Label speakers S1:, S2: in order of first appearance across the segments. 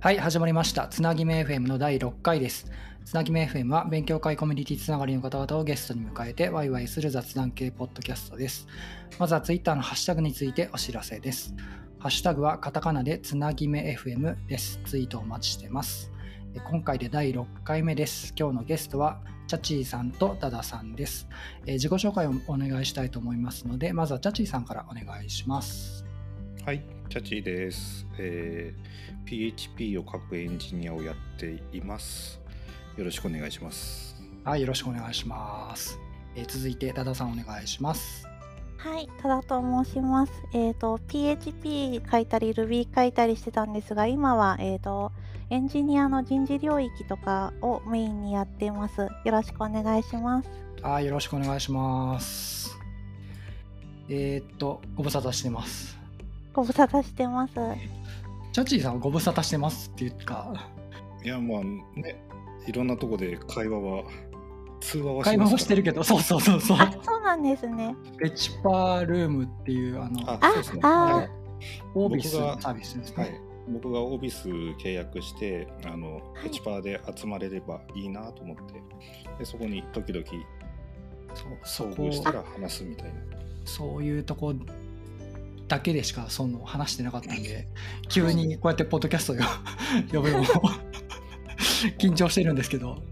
S1: はい、始まりました。つなぎめ FM の第6回です。つなぎめ FM は勉強会コミュニティつながりの方々をゲストに迎えてワイワイする雑談系ポッドキャストです。まずは Twitter のハッシュタグについてお知らせです。ハッシュタグはカタカナでつなぎめ FM です。ツイートお待ちしてます。今回で第6回目です。今日のゲストはチャチーさんとダダさんです。えー、自己紹介をお願いしたいと思いますので、まずはチャチーさんからお願いします。
S2: はい、チャチーです、えー。PHP を書くエンジニアをやっています。よろしくお願いします。
S1: はい、よろしくお願いします。えー、続いてダダさんお願いします。
S3: はい、多田と申します。えっ、ー、と PHP 書いたり Ruby 書いたりしてたんですが、今はえっ、ー、とエンジニアの人事領域とかをメインにやっています。よろしくお願いします。
S1: はい、よろしくお願いします。えっ、ー、とご無沙汰してます。
S3: ご無沙汰してます。
S1: チャチーさんご無沙汰してますっていうか。
S2: いやまあね、いろんなとこで会話は。通話は
S1: し、ね、会話してるけど、そうそうそうそう。
S3: あ、そうなんですね。
S1: ペチパールームっていうあの、
S3: あ、あ、ね、はい、
S1: オービスのサービスですね。はい
S2: 僕がオービス契約してあの、はい、ペチパーで集まれればいいなと思ってでそこに時々そう遭遇したら話すみたいな
S1: そういうとこだけでしかその話してなかったん で急にこうやってポッドキャストよ呼 ぶのも緊張してるんですけど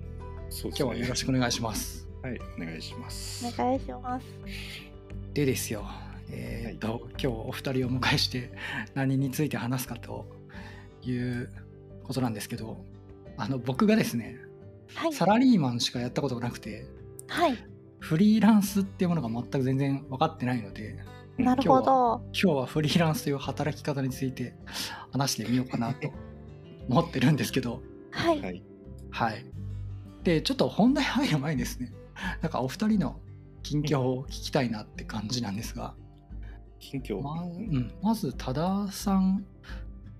S1: そう、ね、今日はよろしくお願いします。
S2: はい、お願いします。
S3: お願いします。
S1: でですよ、えー、っと、はい、今日お二人を迎えして何について話すかということなんですけど、あの僕がですね、はい、サラリーマンしかやったことがなくて、
S3: はい、
S1: フリーランスっていうものが全く全然分かってないので。
S3: なるほど
S1: 今日はフリーランスという働き方について話してみようかな と思ってるんですけど
S3: はい、
S1: はい、でちょっと本題入る前にですねなんかお二人の近況を聞きたいなって感じなんですが、
S2: 近況、
S1: まうん、まず多田さん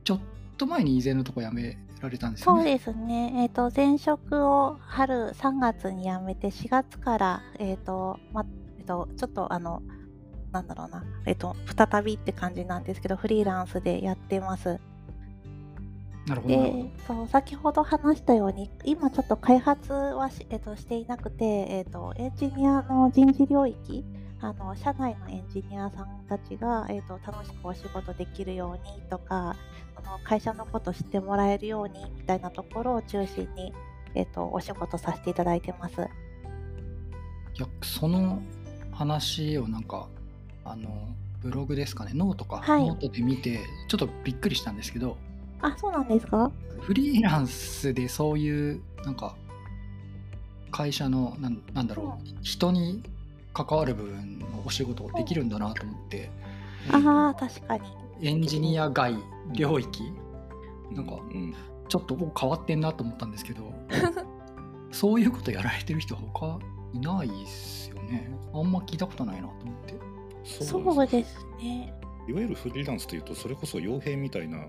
S1: ちょっと前に以前のとこ辞められたんですね
S3: そうですねえっ、ー、と前職を春3月に辞めて4月からえっ、ー、と,、まえーと、とちょっとあのなんだろうなえっ、ー、と再びって感じなんですけどフリーランスでやってます
S1: なるほど
S3: そう先ほど話したように今ちょっと開発はし,、えーと、としていなくて、えーと、とエンジニアの人事領域あの社内のエンジニアさんたちが、えーと、と楽しくお仕事できるようにとかその会社のこと知ってもらえるようにみたいなところを中心に、えー、とお仕事させていただいてます。
S1: いやその話をなんかあのブログですかねノートか、はい、ノートで見てちょっとびっくりしたんですけど
S3: あそうなんですか
S1: フリーランスでそういうなんか会社のなんなんだろう、うん、人に関わる部分のお仕事できるんだなと思って、
S3: うん、あ確かに
S1: エンジニア外領域、うん、なんかちょっともう変わってんなと思ったんですけ どそういうことやられてる人他いないっすよねあんま聞いたことないなと思って
S3: そうですね
S2: いわゆるフリーランスというとそれこそ傭兵みたいな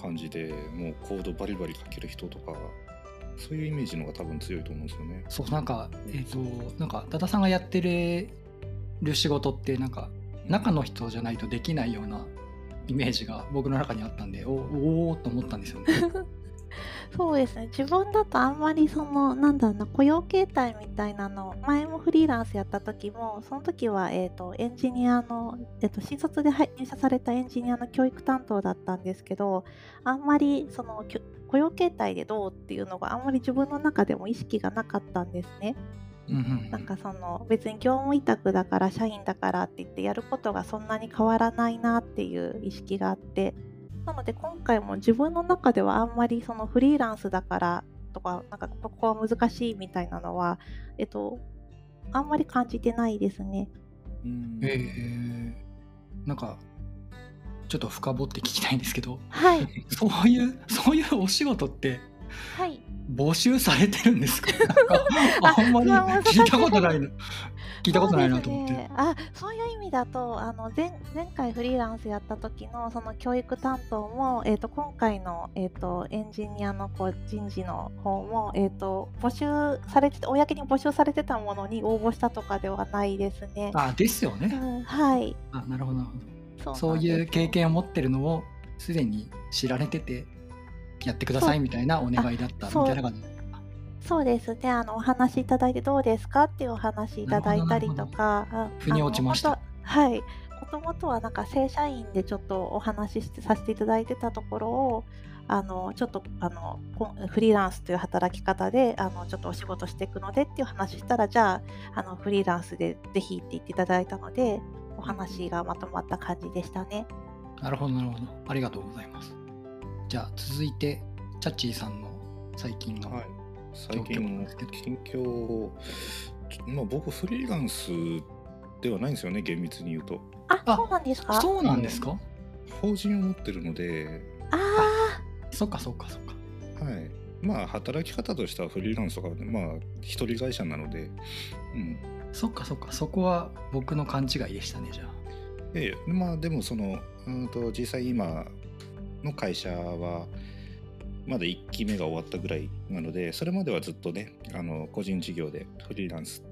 S2: 感じでもうコードバリバリ書ける人とかそういうイメージの方が多分強いと思うんですよね。
S1: そうなんかえっ、ー、となんか多田さんがやってる仕事ってなんか中の人じゃないとできないようなイメージが僕の中にあったんでおおおと思ったんです よね。
S3: そうですね自分だとあんまりそのなんだろうな雇用形態みたいなの前もフリーランスやった時もその時は、えーと、とエンジニアの、えーと、と新卒で入社されたエンジニアの教育担当だったんですけどあんまりその雇用形態でどうっていうのがあんまり自分の中でも意識がなかったんですね。なんかその別に業務委託だから社員だからって言ってやることがそんなに変わらないなっていう意識があってなので今回も自分の中ではあんまりそのフリーランスだからとか、なんかここは難しいみたいなのは、えっと、あんまり感じてないですね。
S1: ええー、なんか、ちょっと深掘って聞きたいんですけ ど、
S3: はい、
S1: そういう、そういうお仕事って、
S3: はい、
S1: 募集されてるんです かあんまり聞いたことないの。聞いたことないなと思って。
S3: そう、ね,、あそういう意味だとあの前前回フリーランスやった時のその教育担当も、えーと、と今回の、えーと、とエンジニアのこう人事の方も、えーと、と募集されて公に募集されてたものに応募したとかではないですね。
S1: あですよね。
S3: うん、はい
S1: あなるほどなるほどそういう経験を持ってるのをすでに知られててやってくださいみたいなお願いだったみ
S3: そう
S1: たいな感じ。
S3: そうですねあのお話いただいてどうですかっていうお話いただいたりとかうん
S1: 腑に落ちました
S3: あの本当はいもともとはなんか正社員でちょっとお話ししてさせていただいてたところをあのちょっとあのこんフリーランスという働き方であのちょっとお仕事していくのでっていう話したらじゃああのフリーランスでぜひって言っていただいたのでお話がまとまった感じでしたね。
S1: なるほど、なるほど。ありがとうございます。じゃあ、続いて、チャッチーさんの最近の。
S2: はい、
S1: 状
S2: 最
S1: 況なん
S2: 近
S1: ですけど
S2: の近況を、ちょまあ、僕フリーランスではないんですよね厳密に言うと
S3: あ
S1: あ
S3: そうなんですか
S1: そうなんですか、
S2: 法人を持ってるので、
S3: あ
S1: そっかそっかそっか。
S2: はい、まあ働き方としてはフリーランスとか、まあ一人会社なので、うん、
S1: そっかそっか。そこは僕の勘違いでしたね、じゃあ。
S2: ええまあでもそのうんと実際今の会社はまだ1期目が終わったぐらいなのでそれまではずっとねあの個人事業でフリーランス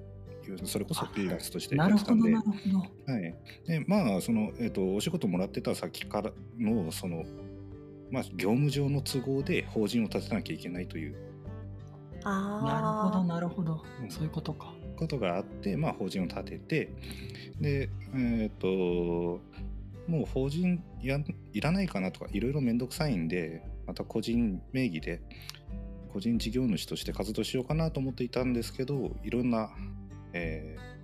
S2: それこそフリーランスとしてや
S1: な
S2: っ
S1: る
S2: てた
S1: ほ
S2: ん
S1: ど、
S2: で
S1: なるほど。
S2: はい、でまあその、えっとお仕事もらってた先からのその、まあ、業務上の都合で法人を立てなきゃいけないという
S3: ああー
S1: なるほど、なるほど
S2: う。ん
S1: そういうことか。
S2: ことがあって、まあ、法人を立ててでえっ、ともう法人やいらないかなとかいろいろ面倒くさいんでまた個人名義で個人事業主として活動しようかなと思っていたんですけどいろんな、えー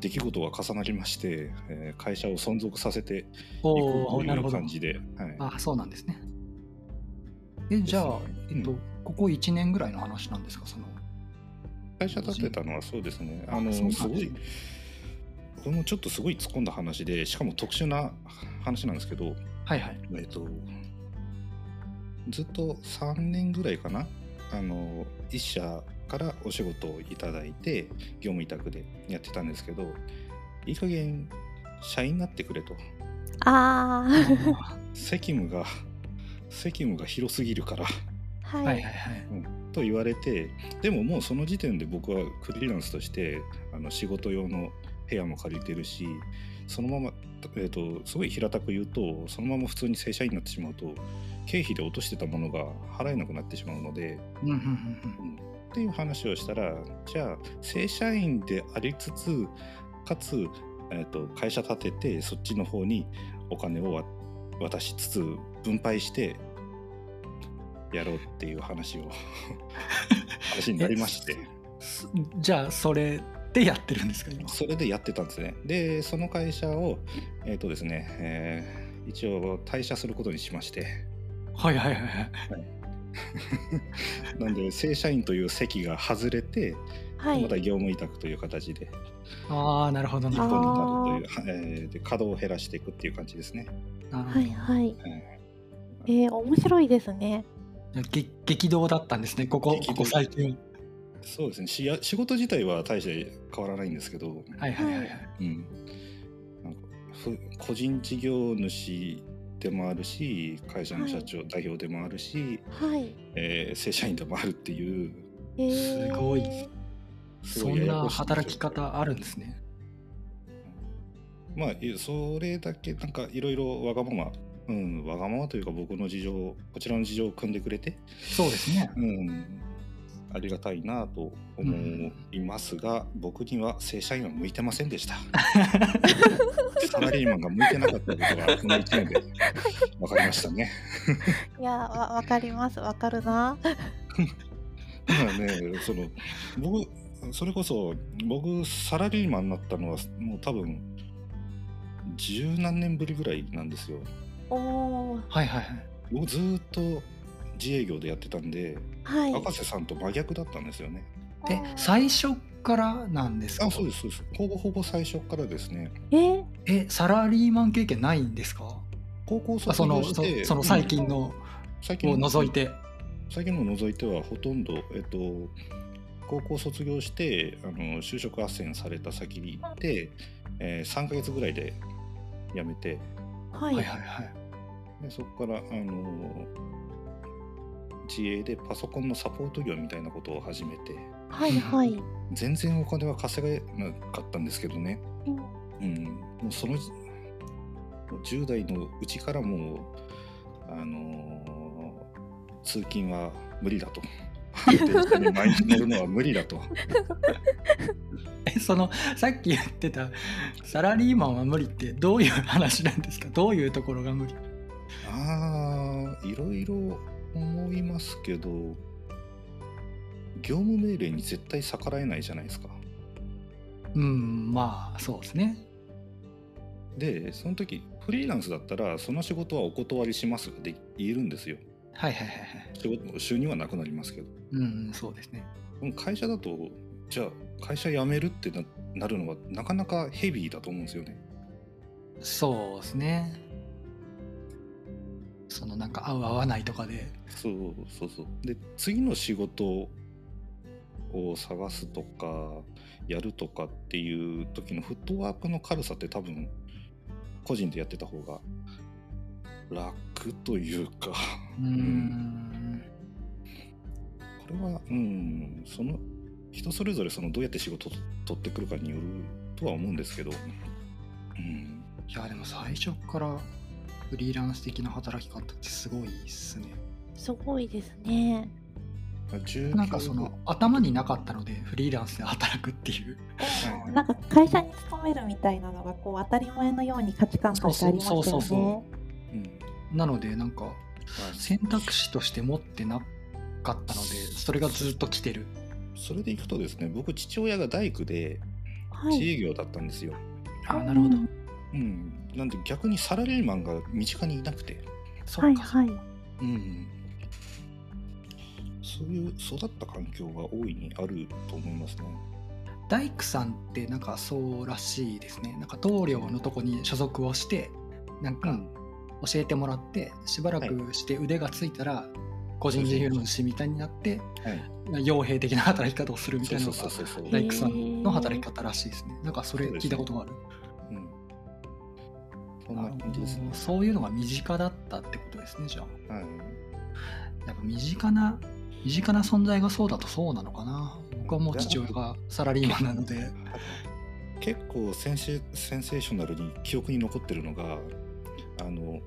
S2: 出来事が重なりまして、えー会社を存続させてい
S1: お
S2: こ
S1: お、
S2: うと
S1: なる
S2: い
S1: ほ
S2: う
S1: ど
S2: 感。じで。はい
S1: あ、そうなんですね。え、じゃあ、
S2: ですね
S1: えっと、ここ1年ぐらいの話なんですか、その。
S2: 会社立てたのはそうですね。あの
S1: そうなんです
S2: す
S1: ね
S2: ごい、これもちょっとすごい突っ込んだ話で、しかも特殊な話なんですけど、
S1: はい はい。
S2: えっと、ずっと3年ぐらいかな、あの、一社からお仕事をいただいて、業務委託でやってたんですけど、いい加減、社員になってくれと。
S1: あ
S3: あー
S1: ー
S2: 責務が、責務が広すぎるから。
S3: はい、
S1: はいはいはい。
S2: と言われてでももうその時点で僕はフリーランスとしてあの仕事用の部屋も借りてるしそのまま、えー、とすごい平たく言うとそのまま普通に正社員になってしまうと経費で落としてたものが払えなくなってしまうので、
S1: うんうんうん
S2: うんっていう話をしたらじゃあ正社員でありつつかつ、えー、と会社立ててそっちの方にお金をわ渡しつつ分配してやろうっていう話 を話になりまして
S1: うんすじゃあ、それでやってるんですか、今。
S2: それでやってたんですねでその会社をえっ、とですね、えー一応退社することにしまして
S1: はいはいはいはい。
S2: なんで正社員という席が外れて、
S3: はい
S2: また業務委託という形で
S1: ああ、なるほど、な
S2: 一
S1: るほど。
S2: 本になるという、えーで稼働を減らしていくっていう感じですね。
S1: なるほ
S3: は
S1: ど
S3: いはい
S2: うん。
S3: えー、面白いですね。
S1: 激激動だったんですね、ここ
S2: 激
S1: こ
S2: 動
S1: こ最近。
S2: そうですねしや仕事自体は大して変わらないんですけど、
S1: はいはいはいはい。
S2: うん、なんかふ個人事業主でもあるし会社の社長、代表でもあるし、
S3: はい。
S2: えー正社員でもあるっていう
S3: えー、
S1: すごい
S2: す
S1: そ
S2: ご
S1: ん
S2: いやや
S1: な
S2: こしい状況
S1: 働き方あるんですね。
S2: まあいそれだけなんかいろいろわがまま、うん、わがままというか僕の事情こちらの事情を組んでくれて、
S1: そうですね。
S2: うん、ありがたいなと思いますが、僕には正社員は向いてませんでした。サラリーマンが向いてなかったことがこの1年で分かりましたね。
S3: いやわわかりますわかるな。
S2: だからねその僕それこそ僕サラリーマンになったのはもう多分十何年ぶりぐらいなんですよ。
S3: おお
S1: はいはいはい。
S2: 僕ずーっと自営業でやってたんで、
S3: はい。
S2: 博士さんと真逆だったんですよね。
S1: え、最初からなんですか
S2: あそうですそうです。ほぼほぼ最初からですね。
S3: えー、
S1: え、サラリーマン経験ないんですか
S2: 高校
S1: あそ
S2: 卒
S1: の
S2: 業
S1: そ
S2: して
S1: その最近の
S2: 最近
S1: を
S2: の
S1: 除いて。
S2: 最近のを除いてはほとんど、えっと、高校卒業してあの就職斡旋された先に行って、えー、3ヶ月ぐらいで辞めて
S3: は。
S1: はいいはいはい。
S2: でそこからあの自営でパソコンのサポート業みたいなことを始めて
S3: はいはい。
S2: 全然お金は稼げなかったんですけどね、
S3: うん
S2: うん、もうそのもう10代のうちからもうあのー通勤は無理だと。電車に毎日乗るのは無理だと。
S1: えそのさっき言ってたサラリーマンは無理ってどういう話なんですかどういうところが無理
S2: ああ、いろいろ思いますけど、業務命令に絶対逆らえないじゃないですか。
S1: うんまあそうですね
S2: で、その時フリーランスだったら、その仕事はお断りしますで言えるんですよ。
S1: はいはいはいはい
S2: 仕事収入はなくなりますけど。
S1: うんそうですね
S2: でも会社だと、じゃあ会社辞めるってななるのはなかなかヘビーだと思うんですよね。
S1: そうですねそのなんか合う合わないとかで
S2: そうそうそう。で、次の仕事を探すとか、やるとかっていう時のフットワークの軽さって多分、個人でやってた方が楽というか、
S1: うーん
S2: これは、うん、その、人それぞれそのどうやって仕事を取ってくるかによるとは思うんですけど、うん、
S1: いやでも最初からフリーランス的な働き方ってすごいっすね
S3: すごいですね。
S2: 19
S1: なんかその頭になかったのでフリーランスで働くっていう
S2: はい
S3: なんか会社に勤めるみたいなのがこう当たり前のように価値観としてありますよね。
S1: そうそうそうそ
S2: うん
S1: な
S2: ま
S1: のでなんか
S2: あ
S1: 選択肢として持ってなかったのでそれがずっと来てる
S2: それでいくとですね、僕、父親が大工で
S3: は
S2: 自
S3: い。
S2: 営業だったんですよ。
S1: あーなるほど
S3: うん
S2: うん、なんで逆にサラリーマンが身近にいなくて、
S1: そ
S3: は
S1: っ
S3: い
S1: か
S3: はい。
S2: うん、そういう育った環境が大いにあると思いますね。
S1: 大工さんってなんかそうらしいですねなんか棟梁のとこに所属をしてなんか教えてもらってしばらくして腕がついたら個人事業主みたいになって
S2: はい、
S1: 傭兵的な働き方をするみ
S2: そ
S1: た
S2: う
S1: いな
S2: そ
S1: の
S2: う
S1: が
S2: そうそうそう、
S1: 大工さんの働き方らしいですねなんかそれ聞いたことがある
S2: うん。そんな感じです
S1: あ
S2: ね
S1: の。そういうのが身近だったってことですねじゃあ
S2: はい、
S1: やっぱ身近な身近な存在がそうだとそうなのかな僕はもう父親がサラリーマンなので
S2: 結構センシセンセーショナルに記憶に残ってるのが、あの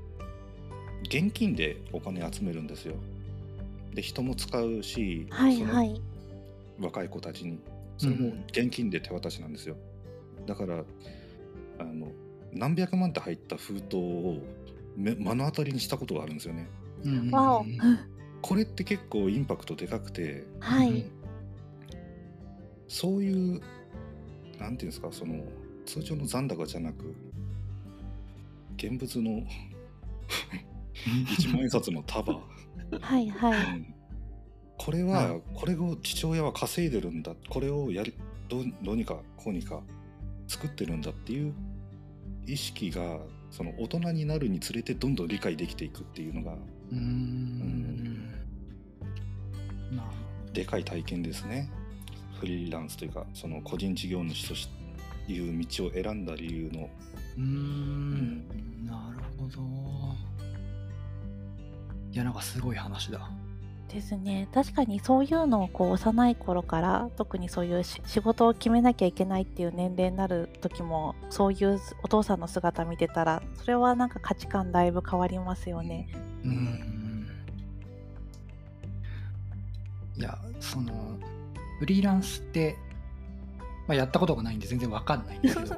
S2: 現金でお金集めるんですよ。で人も使うし、
S3: はい
S2: その
S3: はい。
S2: 若い子たちにそれも現金で手渡しなんですよ、だからあの何百万って入った封筒をめ目の当たりにしたことがあるんですよね
S1: うんうんうん
S3: わお。
S2: これって結構インパクトでかくて
S3: は
S1: う
S3: い
S1: ん。
S2: そういうなんていうんですかその通常の残高じゃなく現物の一万円札の束、
S3: はいは
S2: う
S3: い。
S2: んこれ
S1: は
S2: はこれを父親は稼いでるんだこれをやりどうどうにかこうにか作ってるんだっていう意識がその大人になるにつれてどんどん理解できていくっていうのが
S1: うーんなるほ
S2: でかい体験ですねフリーランスというかその個人事業主としていう道を選んだ理由の
S1: どうーんなるほどいやなんかすごい話だ
S3: ですね。確かにそういうのをこう幼い頃から特にそういうし仕事を決めなきゃいけないっていう年齢になる時もそういうお父さんの姿見てたらそれはなんか価値観だいぶ変わりますよね。
S1: うーんいやそのフリーランスって、まあ、やったことがないんで全然わかんないんです けど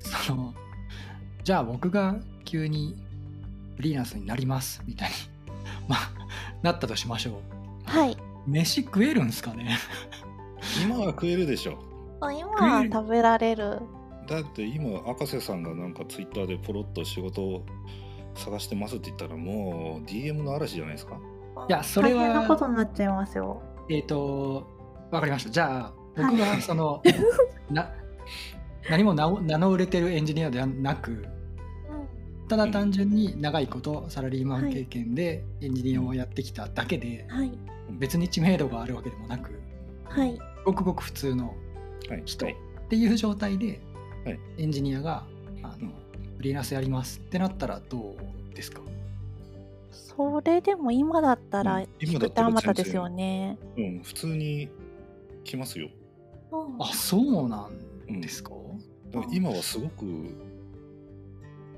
S1: そのじゃあ僕が急にフリーランスになりますみたいに、 まあ、なったとしましょ
S3: はい。
S1: う飯食えるんすかね
S2: 今は食えるでしょ
S3: 今は食べられる。
S2: だって今赤瀬さんがなんかツイッターでポロッと仕事を探してますって言ったらもう DM の嵐じゃないですか
S1: いやそれは
S3: 大変なことになっちゃいますよ。
S1: えっ、と、わかりました。じゃあ、僕
S3: は
S1: が
S3: い
S1: そ の、な何も名を名の売れてるエンジニアではなく、ただ単純に長いことサラリーマン経験でエンジニアをやってきただけで、
S3: はい
S1: 別に知名度があるわけでもなく、
S3: はい
S1: ごくごく普通の
S2: はい
S1: 人
S2: はい
S1: っていう状態で
S2: はい、
S1: エンジニアがあ
S2: うん
S1: のフリーランスやりますってなったらどうですか
S3: それでも今だった
S2: う
S3: ら
S2: ん今
S3: 引
S2: だ
S3: く
S2: っ
S3: 手
S2: たら
S3: あまたですよね。
S2: うん、普通に来ますよ。
S1: あ、そうなんですか、
S2: だから今はすごく、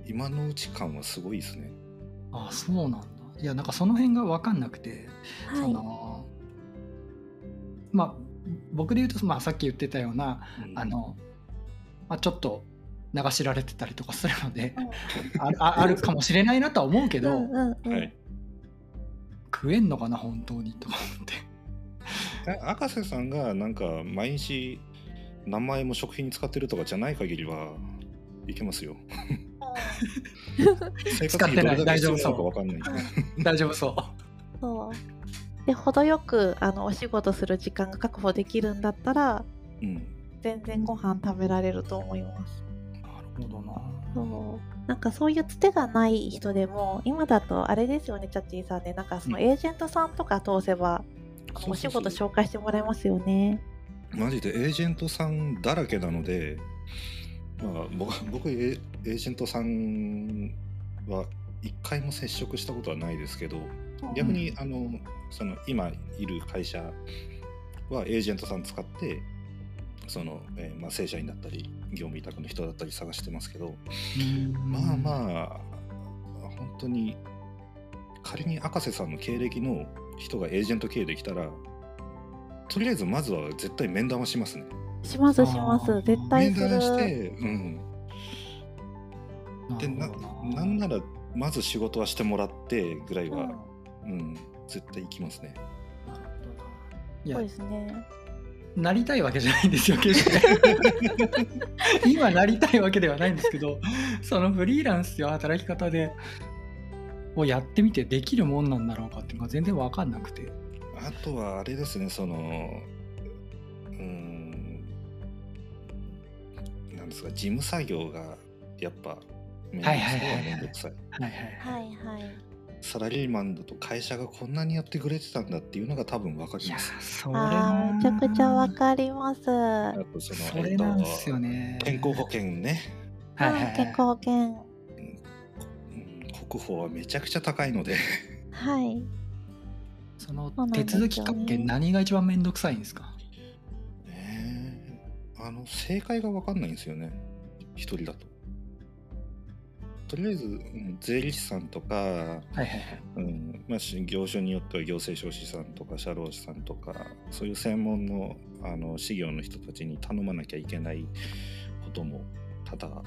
S2: 今のうち感はすごいですね。
S1: あ、そうなんだ。いやなんかその辺が分かんなくて、
S3: は
S1: そ
S3: い。
S1: のまあ僕で言うと、まあ、さっき言ってたような、あの、まあ、ちょっと流しられてたりとかするので、あああるかもしれないなとは思うけ
S3: う
S1: ど、
S3: んうんう
S2: うん
S3: ん。
S2: はい、
S1: 食えんのかな本当にと か思って
S2: あ赤瀬さんがなんか毎日名前も食品に使ってるとかじゃない限りはいけますよ。生活費どれだけ必要なのかわかんない。
S3: うん
S1: 大丈夫そう
S3: そう。で、程よくあのお仕事する時間が確保できるんだったら、
S2: うん、
S3: 全然ご飯食べられると思います。
S1: なるほどな
S3: そうなんかそういうつてがない人でも今だとあれですよねチャッチーさんでなんかその
S2: うん
S3: エージェントさんとか通せば、あの
S2: そうそうそう
S3: お仕事紹介してもらえますよね。
S2: マジでエージェントさんだらけなので、まあ、僕僕エーエージェントさんは一回も接触したことはないですけど逆にあのその今いる会社はエージェントさん使ってその、えーまあ、正社員だったり業務委託の人だったり探してますけど、まあ
S1: あ
S2: まあ本当に仮に赤瀬さんの経歴の人がエージェント経営できたらとりあえずまずは絶対面談はしますね。
S3: しますします
S1: あー
S3: 絶対
S2: 面
S3: する
S2: 談して、うん、でななんならまず仕事はしてもらってぐらい
S3: うん
S2: は、うん絶対行きますね。
S1: い
S3: そ
S1: や
S3: うですね。
S1: なりたいわけじゃないんですよ決して 今なりたいわけではないんですけどそのフリーランスや働き方でをやってみてできるもんなんだろうかっていうのが全然わかんなくて
S2: あとはあれですねそのうんなんですか事務作業がやっぱ面倒
S1: はい
S2: く
S1: はい
S2: さ
S1: はいはい
S2: い面倒くさい
S1: はいはい
S3: はいはい。
S2: サラリーマンだと会社がこんなにやってくれてたんだっていうのが多分わか
S1: い
S2: り
S1: や
S2: ます。
S1: それ
S3: あ
S1: な
S3: ーめちゃくちゃわかります。
S2: あとその
S1: それなんですよね
S2: えっと健康保険ね、
S1: はいはい
S3: は
S1: はいい
S3: 健康保険
S2: うん国保はめちゃくちゃ高いので
S3: はい。
S1: その
S3: そうなん
S1: 手
S3: ですよ
S1: 続
S3: ね
S1: き関係何が一番めんどくさいんですか
S2: ねえあの正解が分かんないんですよね一人だと。とりあえず、うん税理士さんとか、
S1: はいはいはい
S2: うんまあ、し業種によっては行政書士さんとか社労士さんとかそういう専門のあの事業の人たちに頼まなきゃいけないことも多々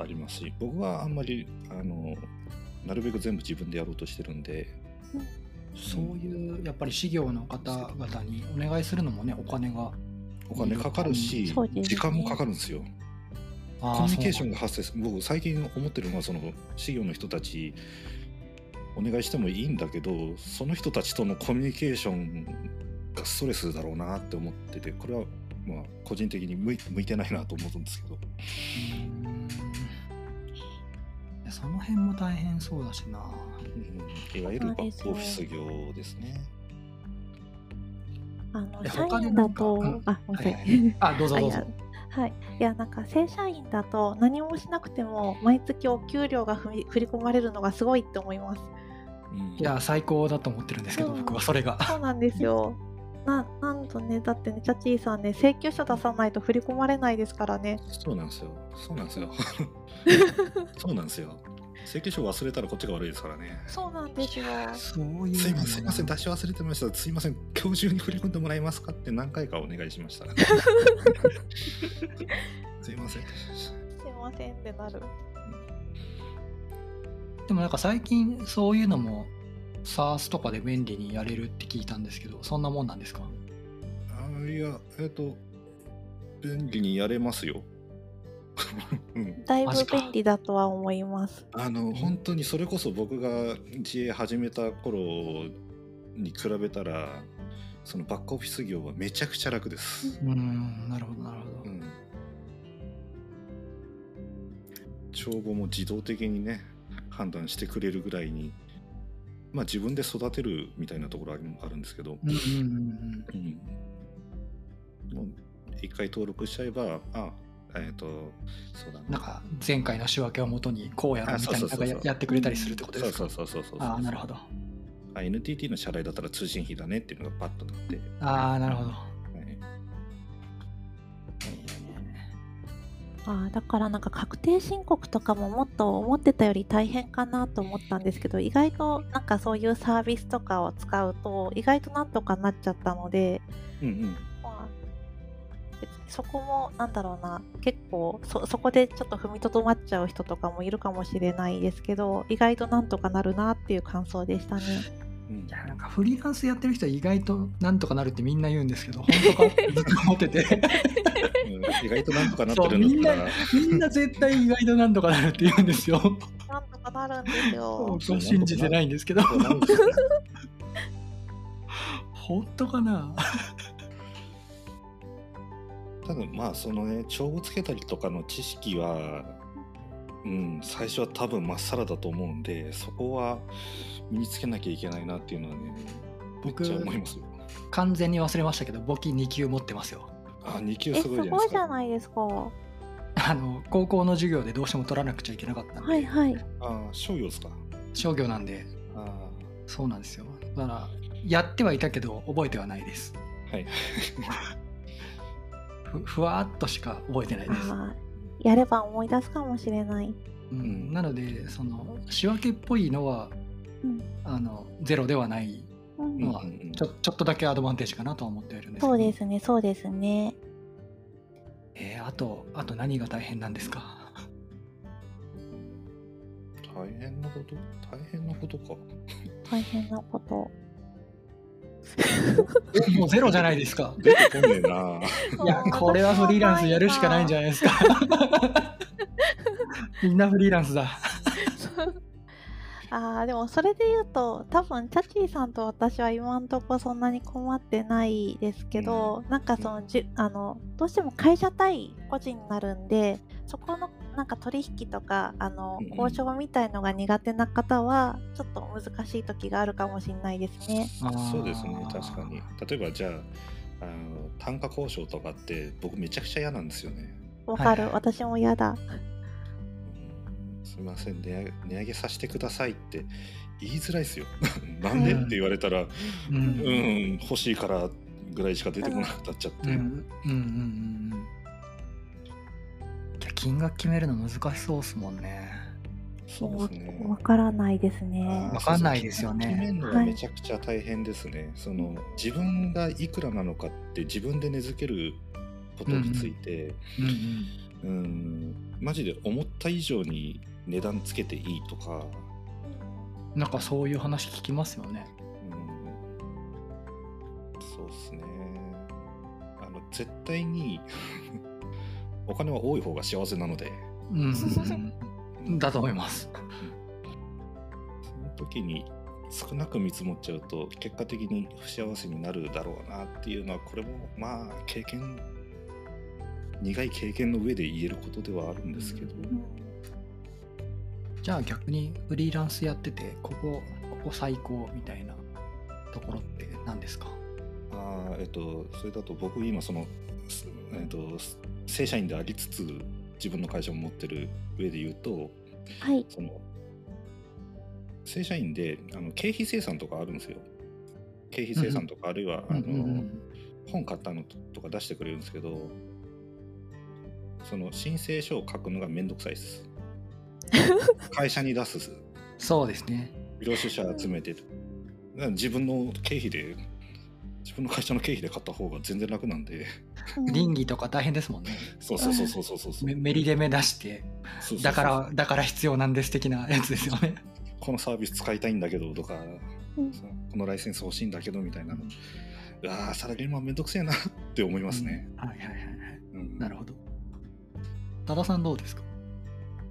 S2: ありますし僕はあんまりあのなるべく全部自分でやろうとしてるんで
S1: そういうやっぱり事業の方々にお願いするのもねお金が
S2: お金かかるし、
S3: そうですね
S2: 時間もかかるんですよ。
S1: あ
S2: コミュニケーション
S1: ン
S2: が発生する僕最近思ってるのはその資料の人たちお願いしてもいいんだけどその人たちとのコミュニケーションがストレスだろうなって思っててこれはまあ個人的に向い向いてないなと思うんですけど
S1: その辺も大変そうだしな
S2: うんいわゆる
S3: そう
S2: バ
S3: です
S2: ック
S3: ね
S2: オフィス業ですね。
S3: あの
S1: え
S3: 社
S1: 他に
S3: 員
S1: な
S3: だ
S1: んか
S3: と、
S1: うん
S3: あ、ごめんなさ
S1: は
S3: い
S1: いはいあどうぞ
S3: あ
S1: ど
S3: いう
S1: ぞ
S3: やはい、いやなんか正社員だと何もしなくても毎月お給料が振り振り込まれるのがすごいって思 います。
S2: うん
S1: いや最高だと思ってるんですけど
S3: うん
S1: 僕はそれが
S3: そうなんですよ。ななんとねだってねチャチーさんね請求書出さないと振り込まれないですからね。
S2: そうなんですよ。そうなんで すよ。そうなんですよ。請求書忘れたらこっちが悪いですからね。
S3: そうなんですよ。
S1: そういう
S2: すいません、すいません、
S1: だ
S2: 出し忘れてました。すいません、今日中に振り込んでもらえますかって何回かお願いしました。すいません。
S3: すいませんってなる。
S1: でもなんか最近そういうのも SARS とかで便利にやれるって聞いたんですけどそんなもんなんですか
S2: あいや、えっ、と、便利にやれますよ。 うん、
S3: だいぶ
S1: マジか
S3: 便利だとは思います。
S2: あの本当にそれこそ僕が自営始めた頃に比べたらそのバックオフィス業はめちゃくちゃ楽です。
S1: うーんなるほどなるほど
S2: うん、帳簿も自動的にね判断してくれるぐらいにまあ自分で育てるみたいなところあるあるんですけど、
S1: うんうんうんうん
S2: うんもう一回登録しちゃえばあえっ、とそうだね
S1: なんか前回の仕分けをもとにこうやろうみたいな
S2: あそう
S1: な
S2: そ
S1: ん
S2: うそ
S1: か
S2: う
S1: ややってくれたりするってことで
S2: そ
S1: す
S2: う
S1: か
S2: そうそうそうそうそう
S1: ああなるほど
S2: あ NTT の支払いだったら通信費だねっていうのがパッとなって、
S1: ああなるほど
S2: はい
S3: あーだからなんか確定申告とかももっと思ってたより大変かなと思ったんですけど意外となんかそういうサービスとかを使うと意外となんとかなっちゃったので、
S2: うんうん
S3: まあ、別にそこもなんだろうな結構そそこでちょっと踏みとどまっちゃう人とかもいるかもしれないですけど意外となんとかなるなっていう感想 でしたね。
S2: うん
S1: いやなんかフリーランスやってる人は意外となんとかなるってみんな言うんですけど本当かってずっと思ってて
S2: うん意外となんとかなってるんだったら
S1: みんな絶対意外となんとかなるって言うんですよ
S3: なんとかなるんですよ
S1: 僕は信じてないんですけど
S2: そうなるんですよね
S1: 本当かな
S2: 多分まあそのね帳簿つけたりとかの知識はうん最初は多分まっさらだと思うんでそこは身につけなきゃいけないなっていうのはねめっ
S1: 僕
S2: ちゃ思いますよ
S1: 完全に忘れましたけど簿記2級持ってますよ
S2: あ2級
S3: え
S2: す
S3: す
S2: ごいじゃ
S3: ごいじゃ
S2: な
S3: ないい
S2: です
S3: ですか。は
S1: あの高校の授業でどうしても取らなくちゃいけなかったんで、
S3: いはい。
S2: かああ商業ですか
S1: 商業なんで
S2: ああ
S1: そうなんですよだからやってはいたけど覚えてはないです
S2: はい
S1: ふふわーっとしか覚えてないです、
S3: あーやれば思い出すかもしれない。
S1: うん、なのでその仕分けっぽいのは
S3: うん
S1: あのゼロではない
S3: うん
S1: のは
S2: うんうんうん
S1: ちょちょっとだけアドバンテージかなとは思っているんですけど
S3: そうですね、そうですね。
S1: えーあとあと何が大変なんです か
S2: 大変なこと大変な ことか
S3: 大変なこと。
S1: もうゼロじゃないですか
S2: 出てこねえな
S1: いやこれはフリーランスやるしかないんじ
S3: ゃ
S1: ゃない ですかみんなフリーランスだ
S3: あーでもそれで言うと多分チャチーさんと私は今んとこそんなに困ってないですけど、なんかそのじゅあのどうしても会社対個人になるんでそこのなんか取引とかあの
S2: うんうん
S3: 交渉みたいのが苦手な方はちょっと難しい時があるかもしれないですね。
S1: あー
S2: そうですね確かに例えばじゃああの単価交渉とかって僕めちゃくちゃ嫌なんですよね
S3: わかる、
S1: はいはい
S3: 私も嫌だ。
S2: すみません値上げ値上げさせてくださいって言いづらいですよ なんでって言われたら
S1: う
S2: うんん欲しいからぐらいしか出てこなくなっちゃって、
S1: うんうんうんうんうんいや金額決めるの難しそうですもんね
S2: そうですね
S3: わからないで
S2: あ
S3: すね
S2: ー。
S1: わかんないですよね
S2: そうそう決めるの
S3: は
S2: はいめちゃくちゃ大変ですね、その自分がいくらなのかって自分で根付けることについて、
S1: うんうん
S2: うんマジで思った以上に値段つけていいとか、
S1: なんかそういう話聞きますよね
S2: うん、そうですねあの絶対に お金は多い方が幸せなので
S1: うんうんうんだと思います
S2: その時に少なく見積もっちゃうと結果的に不幸せになるだろうなっていうのはこれもまあ経験苦い経験の上で言えることではあるんですけど、
S3: うん
S1: じゃあ逆にフリーランスやっててここここ最高みたいなところって何ですか
S2: あーえっとそれだと僕今その、すえっと、す正社員でありつつ自分の会社を持ってる上で言うと
S3: はい。
S2: その正社員であの経費生産とかあるんですよ経費生産とかあるいは、あの、
S1: うんうんうん
S2: 本買ったのとか出してくれるんですけどその申請書を書くのがめんどくさいです 会社に出す
S1: そうですね
S2: 領収書集めてだから自分の経費で自分の会社の経費で買った方が全然楽なんで
S1: 倫理とか大変ですもんね
S2: そうそうそうそうそう そうそう
S1: メメリデメ出して
S2: そうそう
S1: だからだから必要なんです的なやつですよね
S2: このサービス使いたいんだけどとか
S3: うん
S2: そのこのライセンス欲しいんだけどみたいなのうわーサラリーマンめんどくせえなって思いますね、
S1: はいはいはいはい
S2: うん
S1: なるほど多田さんどうですか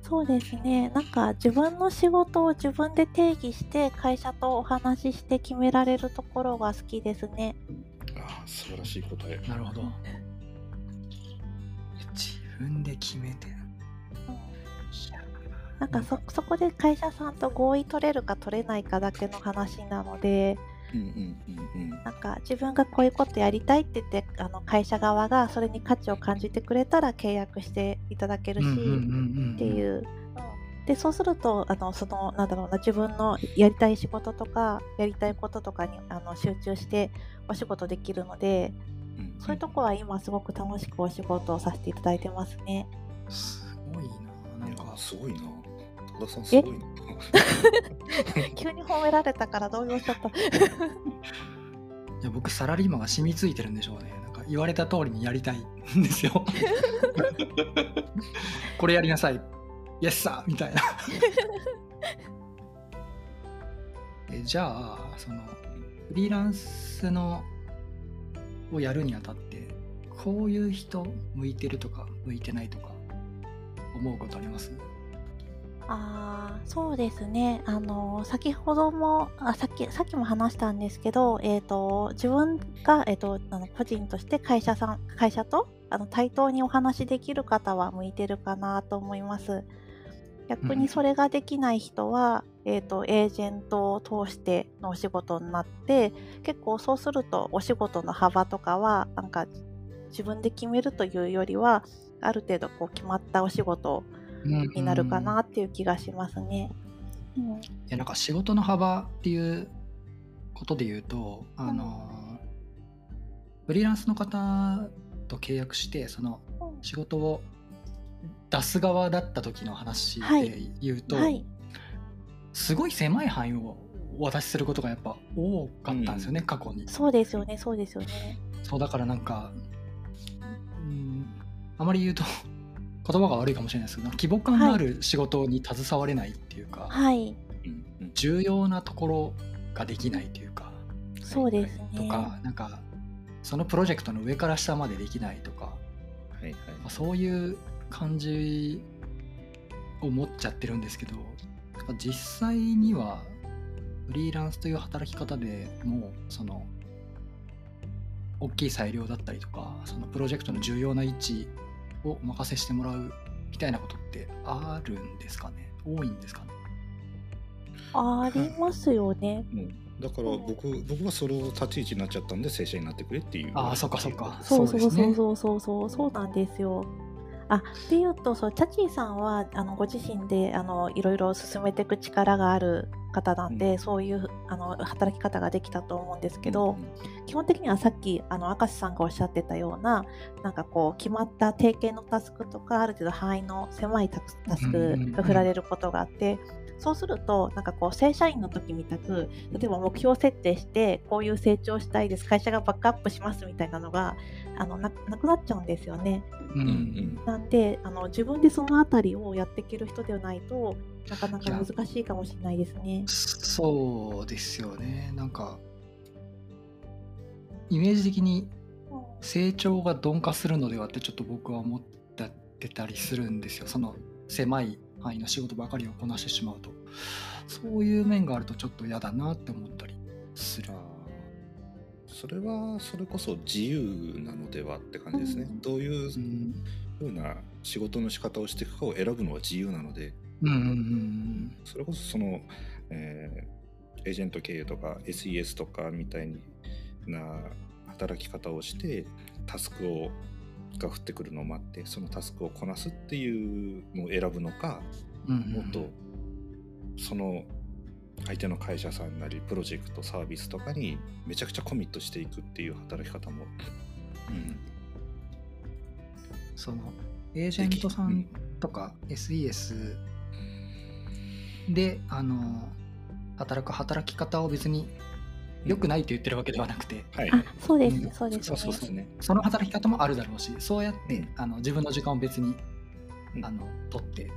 S3: そうですね。なんか自分の仕事を自分で定義して会社とお話しして決められるところが好きですね。
S2: あー素晴らしい答え
S1: なるほど自分で決めていや
S3: なんかそそこで会社さんと合意取れるか取れないかだけの話なので、
S2: うんうんうんうん
S3: なんか自分がこういうことやりたいって言ってあの会社側がそれに価値を感じてくれたら契約していただけるし、
S1: うんうんうんうん
S3: っていう。でそうするとあのそのなんだろうな自分のやりたい仕事とかやりたいこととかにあの集中してお仕事できるので
S2: うん
S3: そういうとこは今すごく楽しくお仕事をさせていただいてますね。
S1: すごいな。なん
S2: いや
S1: か、
S2: すごいな。多田さんすごいな。
S3: 急に褒められたから動揺しちゃった。
S1: いや僕、サラリーマンが染みついてるんでしょうね。なんか、言われた通りにやりたいんですよ。 これやりなさい。イエスさみたいな。 えじゃあ、その、フリーランスのをやるにあたって、こういう人、向いてるとか、向いてないとか、思うことあります
S3: あーそうですね、あの先ほどもあさっき、さっきも話したんですけど、えー、と自分が、えー、とあの個人として会社さん会社とあの対等にお話しできる方は向いてるかなと思います。逆
S1: うん
S3: にそれができない人は、えー、とエージェントを通してのお仕事になって結構そうするとお仕事の幅とかはなんか自分で決めるというよりはある程度こう決まったお仕事をになるかなっていう気がしますね。うん
S1: いやなんか仕事の幅っていうことで言うとあの、フリーランスの方と契約してその仕事を出す側だった時の話
S3: はい
S1: で言うと、
S3: はい、
S1: すごい狭い範囲をお渡しすることがやっぱ多かったんですよね、過去に
S3: そうですよね、そうですよね。
S1: そうだからなんか、うん、あまり言うと言葉が悪いかもしれないですけど規模感のある仕事に携われないっていうか、
S3: はい、
S2: うんうん
S1: 重要なところができないというか
S3: そうですね。
S1: とか、なんかそのプロジェクトの上から下までできないとか、
S2: はいはい。
S1: まあそういう感じを持っちゃってるんですけどなんか実際にはフリーランスという働き方でもうその大きい裁量だったりとかそのプロジェクトの重要な位置をお任せしてもらうみたいなことってあるんですかね多いんですかね
S3: ありますよね。
S2: うんだから僕僕はそれを立ち位置になっちゃったんで正社員になってくれっていう。
S1: あーそっかそっか
S3: そう
S1: そ
S3: そ
S1: う
S3: う
S1: です
S3: そ
S1: ね
S3: うそうそうそうそうなんですよ。あっていうとそうチャチーさんはあのご自身であのいろいろ進めていく力がある方なんで、
S2: うん
S3: そういうあの働き方ができたと思うんですけ
S2: う
S3: ど
S2: ん、
S3: 基本的にはさっきあの明石さんがおっしゃってたようななんかこう決まった定型のタスクとかある程度範囲の狭いタスタスクが振られることがあって。そうするとなんかこう正社員の時みたく例えば目標設定してこういう成長したいです会社がバックアップしますみたいなのがあのななくなっちゃうんですよね。
S1: う
S2: うんんうん
S3: なんであの自分でそのあたりをやっていける人ではないとなかなか難しいかもしれないですね。
S1: そうですよねなんかイメージ的に成長が鈍化するのではってちょっと僕は思ってたりするんですよその狭い範囲の仕事ばかりをこなしてしまうとそういう面があるとちょっと嫌だなって思ったりする
S2: あーそれはそれこそ自由なのではって感じですね。
S3: うん
S2: どういう
S1: う
S2: ふ
S1: ん
S2: うな仕事の仕方をしていくかを選ぶのは自由なので、
S1: うんうんうん
S2: それこそその、えーエージェント経営とか SES とかみたいな働き方をしてタスクをが降ってくるのを待ってそのタスクをこなすっていうのを選ぶのか
S1: うんうん
S2: もっとその相手の会社さんなりプロジェクトサービスとかにめちゃくちゃコミットしていくっていう働き方も、うん
S1: そのエージェントさんとか SES であの働く働き方を別に良くないと言ってるわけではなくて
S2: はい
S3: あそうです
S1: う
S3: ね
S1: ん
S3: そうです
S2: そうそう
S3: ね
S2: ですね
S1: その働き方もあるだろうしそうやって、
S2: うん
S1: あの自分の時間を別に、
S2: うん
S1: あの取って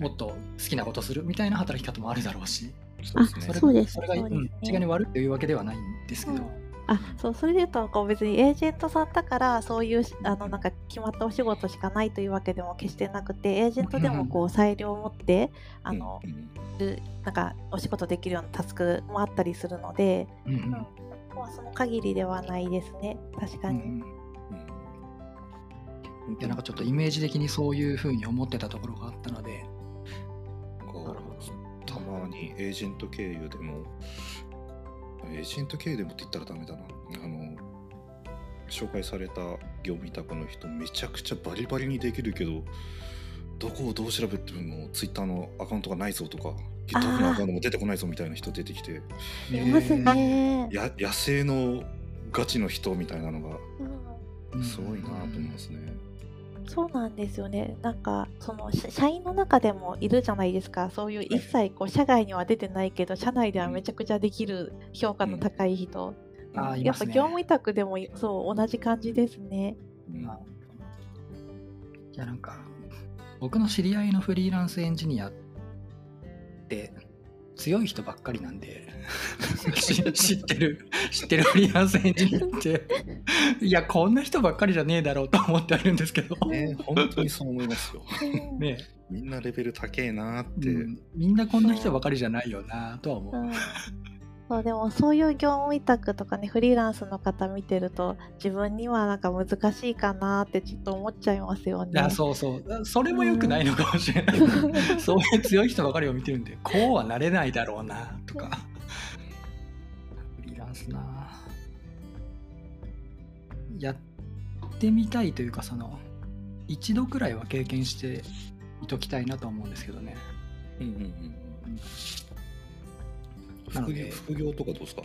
S1: もっと好きなことするみたいな働き方もあるだろうし
S2: そうですね
S1: それ
S3: そうです
S1: それが、
S3: そうです
S1: うん違いに悪いというわけではないんですけど、
S3: うんあそうそれで言うとこう別にエージェントさんだからそういうあのなんか決まったお仕事しかないというわけでも決してなくてエージェントでもこう裁量を持ってあの
S2: うんうん
S3: なんかお仕事できるようなタスクもあったりするので、
S1: うんうん
S3: まあ、その限りではないですね確か
S1: う
S3: に、
S1: ん
S2: うん
S1: いやなんかちょっとイメージ的にそういうふうに思ってたところがあったので、
S2: なんかたまにエージェント経由でもエージェント経由でもって言ったらダメだなあの紹介された業務委託の人めちゃくちゃバリバリにできるけどどこをどう調べてもツイッターのアカウントがないぞとか GitHub のアカウントも出てこないぞみたいな人出てきて
S3: いますね、
S2: や野生のガチの人みたいなのが
S3: うん
S1: うん
S2: すごいなと思いますね。
S1: そう
S3: そうなんですよね。なんかその社社員の中でもいるじゃないですか。そういう一切こう社外には出てないけど、社内ではめちゃくちゃできる評価の高い人。
S1: あーい
S3: や
S1: ます
S3: っぱ
S1: ね。
S3: 業務委託でもいそう同じ感じですね。
S2: うん
S1: まあいやなんか僕の知り合いのフリーランスエンジニアって強い人ばっかりなんでし 知ってる知ってるフリーランスエンジニアっていやこんな人ばっかりじゃねえだろうと思ってはいるんですけど、
S2: ね、本当にそう思いますよ。
S3: う ん
S1: ね
S2: みんなレベル高えなーって、
S1: うんみんなこんな人ばっかりじゃないよなとは思う、
S3: うんそうでもそういう業務委託とかねフリーランスの方見てると自分にはなんか難しいかなってちょっと思っちゃいますよ
S1: い
S3: ね
S1: や。そうそうそれも良くないのかもしれない、そういう強い人ばかりを見てるんでこうはなれないだろうなとかフリーランスなやってみたいというかその一度くらいは経験していときたいなと思うんですけどね
S2: うんうんうん
S1: なの
S2: 副業
S1: で
S2: 副業とかどうですか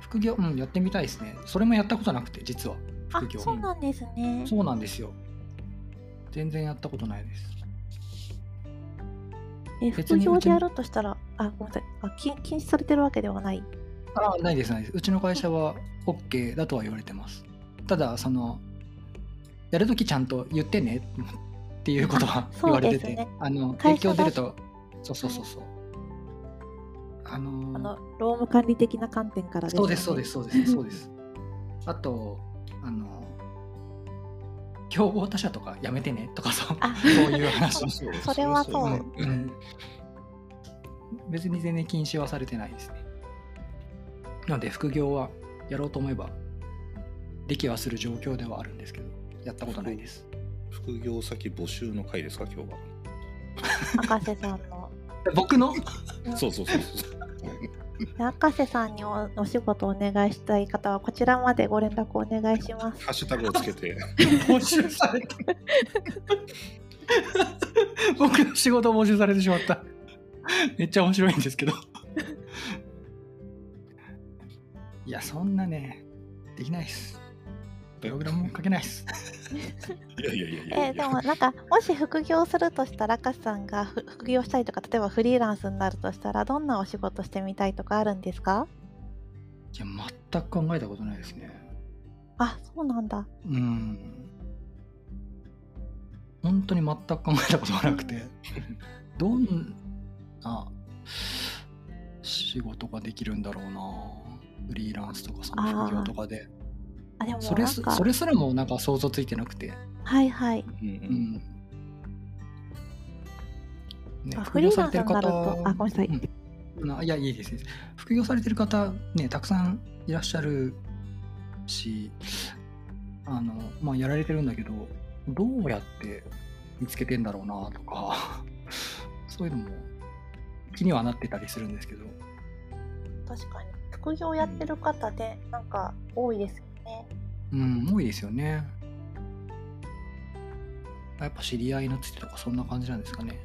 S1: 副業うんやってみたいですねそれもやったことなくて実は
S3: あ
S1: 副業
S3: そうなんですね。
S1: そうなんですよ全然やったことないです
S3: え
S1: 別
S3: 副
S1: に
S3: 業でやろうとしたらあごめんなさいあ禁禁止されてるわけではない。
S1: あないですないですうちの会社は OK だとは言われてますただそのやるときちゃんと言ってねっていうことは
S3: そ
S1: 言
S3: う
S1: われ
S3: で
S1: て
S3: す
S1: て、
S3: ね
S1: あの影
S3: 会
S1: 響
S3: 社が
S1: 出るとそうそうそうそうあの
S3: あの労務管理的な観点から。
S1: そうですそうですすそうですそうですあとあの競合他社とかやめてねとかそう
S3: あ
S1: そういう話
S2: あそう
S3: それはそう
S2: だ
S1: うんうん別に全然禁止はされてないですね。なので副業はやろうと思えばできはする状況ではあるんですけどやったことないです。
S2: 副業先募集の回ですか今日は、
S3: 赤瀬さんの。
S1: 僕の
S3: うん
S2: そうそうそうそう
S3: で赤瀬さんにおお仕事お願いしたい方はこちらまでご連絡お願いします。
S2: ハッシュタグをつけて
S1: 募集された僕の仕事募集されてしまっためっちゃ面白いんですけどいやそんなねできないっすプログラムも書けないっす
S2: いやいやいやいや
S3: えーでもなんかもし副業するとしたら赤瀬さんがふ副業したいとか例えばフリーランスになるとしたらどんなお仕事してみたいとかあるんですか
S1: いや全く考えたことないですね
S3: あそうなんだ。
S1: うん本当に全く考えたことがなくてどんな仕事ができるんだろうなフリーランスとかその副業とかで
S3: あでも
S1: それ
S3: なん
S1: す
S3: か
S1: それすらもなんか想像ついてなくて、
S3: はいはい。
S2: うん
S1: う
S2: う
S1: んんね
S3: あ
S1: 副業されてる方
S3: フリーランスになるとあごめんなさい
S1: うんあいやいいですいいです副業されてる方ねたくさんいらっしゃるしあのまあやられてるんだけどどうやって見つけてんだろうなとか そういうのも気にはなってたりするんですけど
S3: 確かに副業やってる方でなんか多いですよね。
S1: うん多いですよねやっぱ知り合いのつてとかそんな感じなんですかね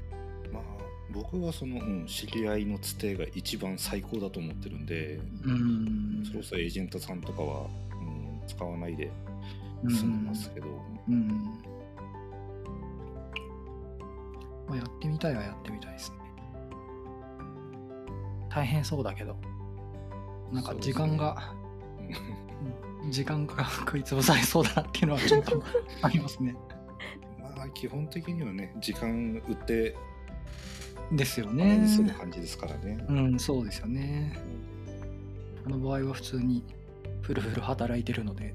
S2: まあ僕はその、うん、知り合いのつてが一番最高だと思ってるんで、
S1: うん
S2: それこそエージェントさんとかは、うん、使わないで
S1: うん
S2: 済んでますけど、
S1: うんまあ、やってみたいはやってみたいですね。大変そうだけど、なんか
S2: そうです
S1: 時
S2: ね
S1: 間が、時間が 食い潰されそうだなっていうのは ちょっとあります ね。
S2: まあ基本的にはね時間売って
S1: ですよ
S2: あれ
S1: ね
S2: に。する感じですからね、
S1: うん、そうですよね。あの場合は普通にフルフル働いてるので、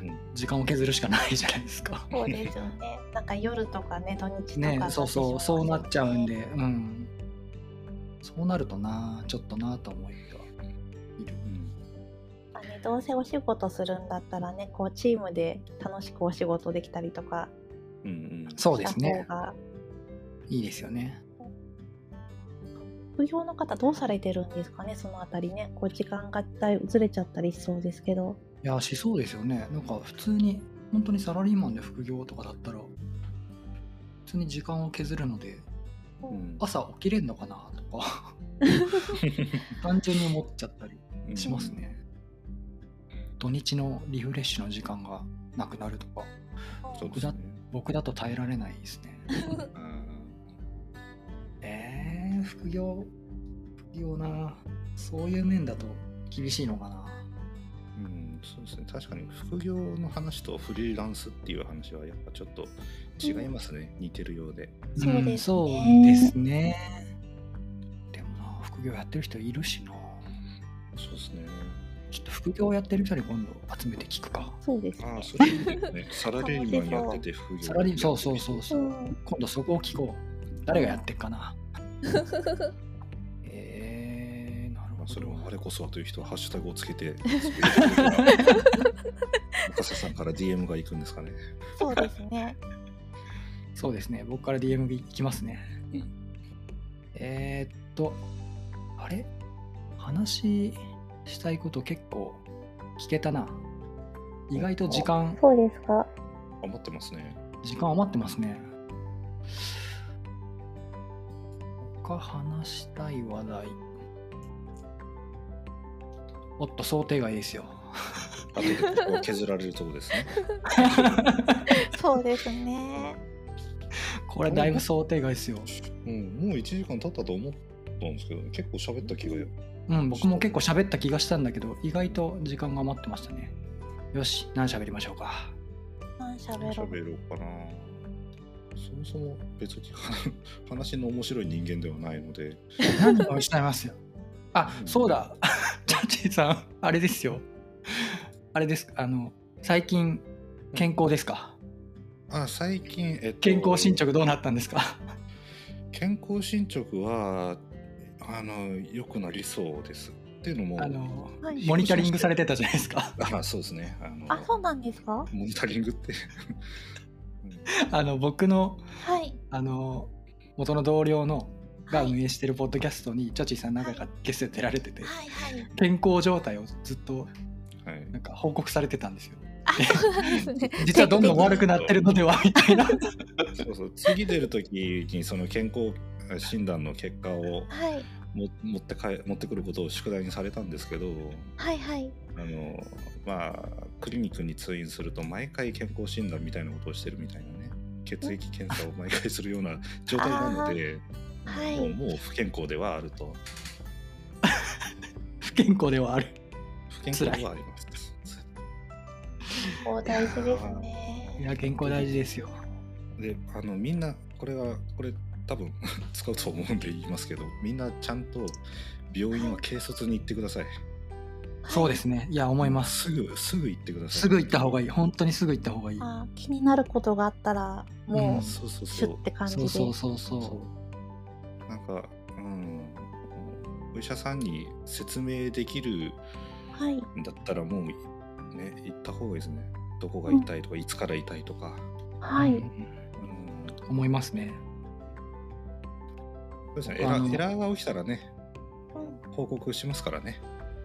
S2: うんうん
S1: 時間を削るしかないじゃないですか。
S3: そうですよね。なんか夜とかね土日とか
S1: ね
S3: になって
S1: そうそう
S3: しま
S1: そうなっちゃうん
S3: ね。
S1: でうんそうなるとなちょっとなと思ってはいる
S2: うん
S3: まあねどうせお仕事するんだったらねこうチームで楽しくお仕事できたりとか
S2: うんうん
S1: そう
S3: し
S1: で
S3: た
S1: す
S3: 方
S1: ね
S3: が、
S1: いいですよね
S3: 副業の方どうされてるんですかねそのあたりねこう時間がだいぶずれちゃったりしそうですけど。
S1: いやしそうですよねなんか普通に本当にサラリーマンで副業とかだったら普通に時間を削るので
S2: うん
S1: 朝起きれんのかなと か単純に思っちゃったりしますね土日のリフレッシュの時間がなくなるとか
S2: そうで
S1: だ
S2: す
S1: っ
S2: ね
S1: 僕だと耐えられないですね。えー、副業、副業な、そういう面だと厳しいのかな。
S2: うん、そうですね確かに副業の話とフリーランスっていう話はやっぱちょっと違いますね、似てるようで
S3: そうですね
S1: んそうですね。でもな、副業やってる人いるしな。
S2: そうですね
S1: ちょっと副業やってる人に今度集めて聞くか。
S3: そうです
S2: ああ
S3: ね。
S2: それいいで すねサラリーマンやってて副業
S1: サラリーそうそうそうそうう。
S3: ん
S1: 今度そこを聞こう。誰がやってっか な。えー、なるほ
S2: まあ、
S1: ど。
S2: それはあれこそはという人はハッシュタグをつ けてつぶやいてくれたら赤瀬さんから DM が行くんですかね
S3: そうですね。
S1: そうですね。僕から DM いきますね。えーっと、あれ話したいこと結構聞けたな。意外と時間、
S3: そうですか。
S2: 思ってますね
S1: 時間余ってますね。他話したい話題。おっと、想定外ですよ。
S2: 後でここを削られるとこですね
S3: そうですね。
S1: これだいぶ想定外ですよ。
S2: うんもう1時間経ったと思ったんですけど結構喋った気がよ
S1: うん、僕も結構喋った気がしたんだけど、意外と時間が余ってましたね。よし、何喋りましょうか。
S3: 何喋ろう。
S2: 喋ろうかなそもそも別に 話の面白い人間ではないので
S1: 何をおっしゃい ますよ。あ
S2: う、ん
S1: そうだ。 チャッチーさん、あれですよ。あれです。あの、最近、健康ですか
S2: あ最近、えっと
S1: 健康進捗どうなったんですか
S2: 健康進捗はあの良くなりそうですっていうのも
S1: あの、
S3: はい
S1: モニタリングされてたじゃないですか。
S2: あそうですねあの
S3: あ、そうなんですか。
S2: モニタリングって
S1: あの、僕の、
S3: はい。
S1: あの、元の同僚の、が運営してるポッドキャストに、チャッチーさん何回かゲストで出られてて、
S3: はいはい。
S1: 健康状態をずっと、
S2: はい
S1: なんか報告されてたん ですよ。
S3: あ、そうなんですね。
S1: 実はどんどん悪くなってるのではみたい な。
S2: そうそう次出る時にその健康診断の結果を
S3: はい
S2: も持ってかえ持ってくることを宿題にされたんですけど
S3: はいはい。
S2: あのまあクリニックに通院すると毎回健康診断みたいなことをしてるみたいなね血液検査を毎回するような状態なので、
S3: は
S2: もう
S3: い。
S2: もう不健康ではあると
S1: 不健康ではある。
S2: 不健康ではあります
S3: お大事ですね。
S1: いや、健康大事ですよ。
S2: であのみんなこれはこれ多分 使うと思うんで言いますけどみんなちゃんと病院は軽率に行ってください
S1: そうですね。いや、思います。
S2: すぐすぐ行ってください
S1: すぐ行った方がいい。本当にすぐ行った方がいい。
S3: あー気になることがあったらもう
S2: そうそう
S3: シ
S2: そ
S3: ュッ
S2: う
S3: て感じ
S1: そ
S3: で、
S1: うそうそうそう。
S2: そうなんかうんお医者さんに説明できる
S3: はい
S2: だったらもうね行った方がいいですねどこが痛いとか、いつから痛いとか、
S3: は
S1: う
S3: い
S1: ん
S2: うん、そ
S1: 思いますね。
S2: うですねエラ
S1: あの
S2: ーエラーが起きたらね
S3: うん
S2: 報告しますからね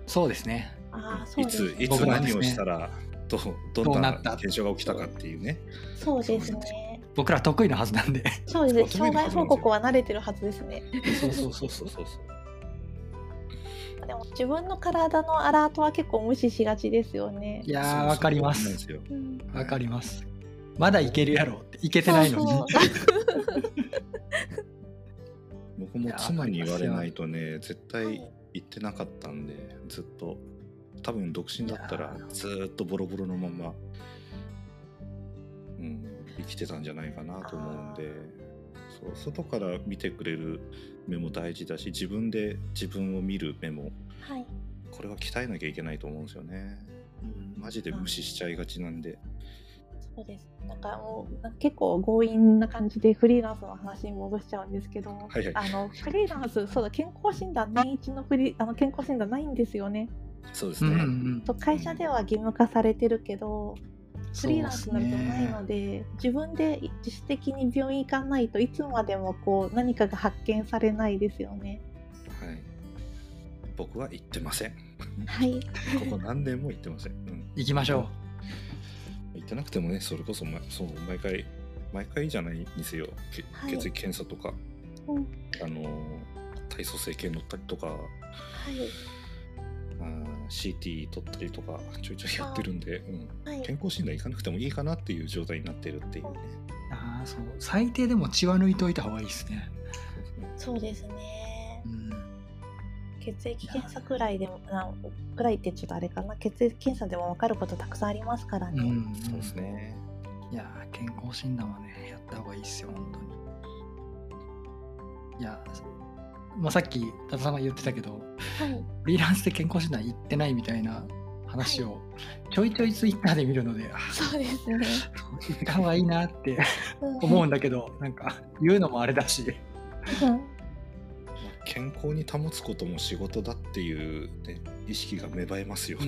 S1: そうですね。
S3: あーそう
S2: い
S3: です
S2: つ
S3: ね
S2: いつ
S1: 僕ら
S2: 何をしたらどど
S1: どうんな
S2: な
S1: った
S2: 現象が起きたかっていうね
S3: そうですね
S1: 僕ら得意なはずなんで。
S3: そうですね
S2: そう
S3: 障害報告は慣れてるはずですね
S1: そうそうそうそう。
S2: そうそう
S3: でも自分の体のアラートは結構無視しがちですよね
S1: いやー、わかりま。
S2: そうなんですすよ
S3: うん
S1: わかります。まだ行けるやろって。行けてないのに。
S3: そうそう
S2: 僕も妻に言われないとね絶対行ってなかったんでずっと多分独身だったら
S1: いやー
S2: ずーっとボロボロのまま、うん、生きてたんじゃないかなと思うんでそう外から見てくれる目も大事だし自分で自分を見る目も
S3: はい
S2: これは鍛えなきゃいけないと思うんですよねマジで無視しちゃいがちなんで
S3: そうですなんかもうなんか結構強引な感じでフリーランスの話に戻しちゃうんですけども、
S2: はいはい
S3: あのフリーランスそうだ健康診断年一のフリーあの健康診断ないんですよね
S2: そうです
S1: う
S2: ね、
S1: んうんうん。
S3: と会社では義務化されてるけど、フリーランスになるとない
S1: そう
S3: の
S1: っ
S3: で自分で自主的に病院行かないといつまでもこう何かが発見されないですよね。
S2: はい、僕は行ってません
S3: はい、
S2: ここ何年も行ってません、うん
S1: すね行きましょ
S2: 行ってなくてもねそれこそ,、ま、そう毎回毎回じゃないにせよけ
S3: はい
S2: 血液検査とか、
S3: うん
S2: あのー体組成計乗ったりとか
S3: は
S2: あー CT 取ったりとかちょいちょいやってるんで、うん
S3: い、はい、
S2: 健康診断行かなくてもいいかなっていう状態になってるっていうね
S1: なそう最低でも血は抜いといた方がいいですね
S2: そうですね
S3: そうですね
S1: う。ん
S3: 血液検査くらいでも、なくらいってちょっとあれかな、血液検査でも分かることたくさんありますからね。
S1: うん
S2: そうですね。
S1: いやー健康診断はねやった方がいいですよ本当にいやまあ、さっき多田さんが言ってたけど
S3: はい。
S1: フリーランスで健康診断行ってないみたいな話をちょいちょいツイッターで見るのであ
S3: そうですね。
S1: 行った方がいいなって思うんだけ どなんか言うのもあれだし
S3: うん
S2: まあ健康に保つことも仕事だっていう、ね、意識が芽生えますよ。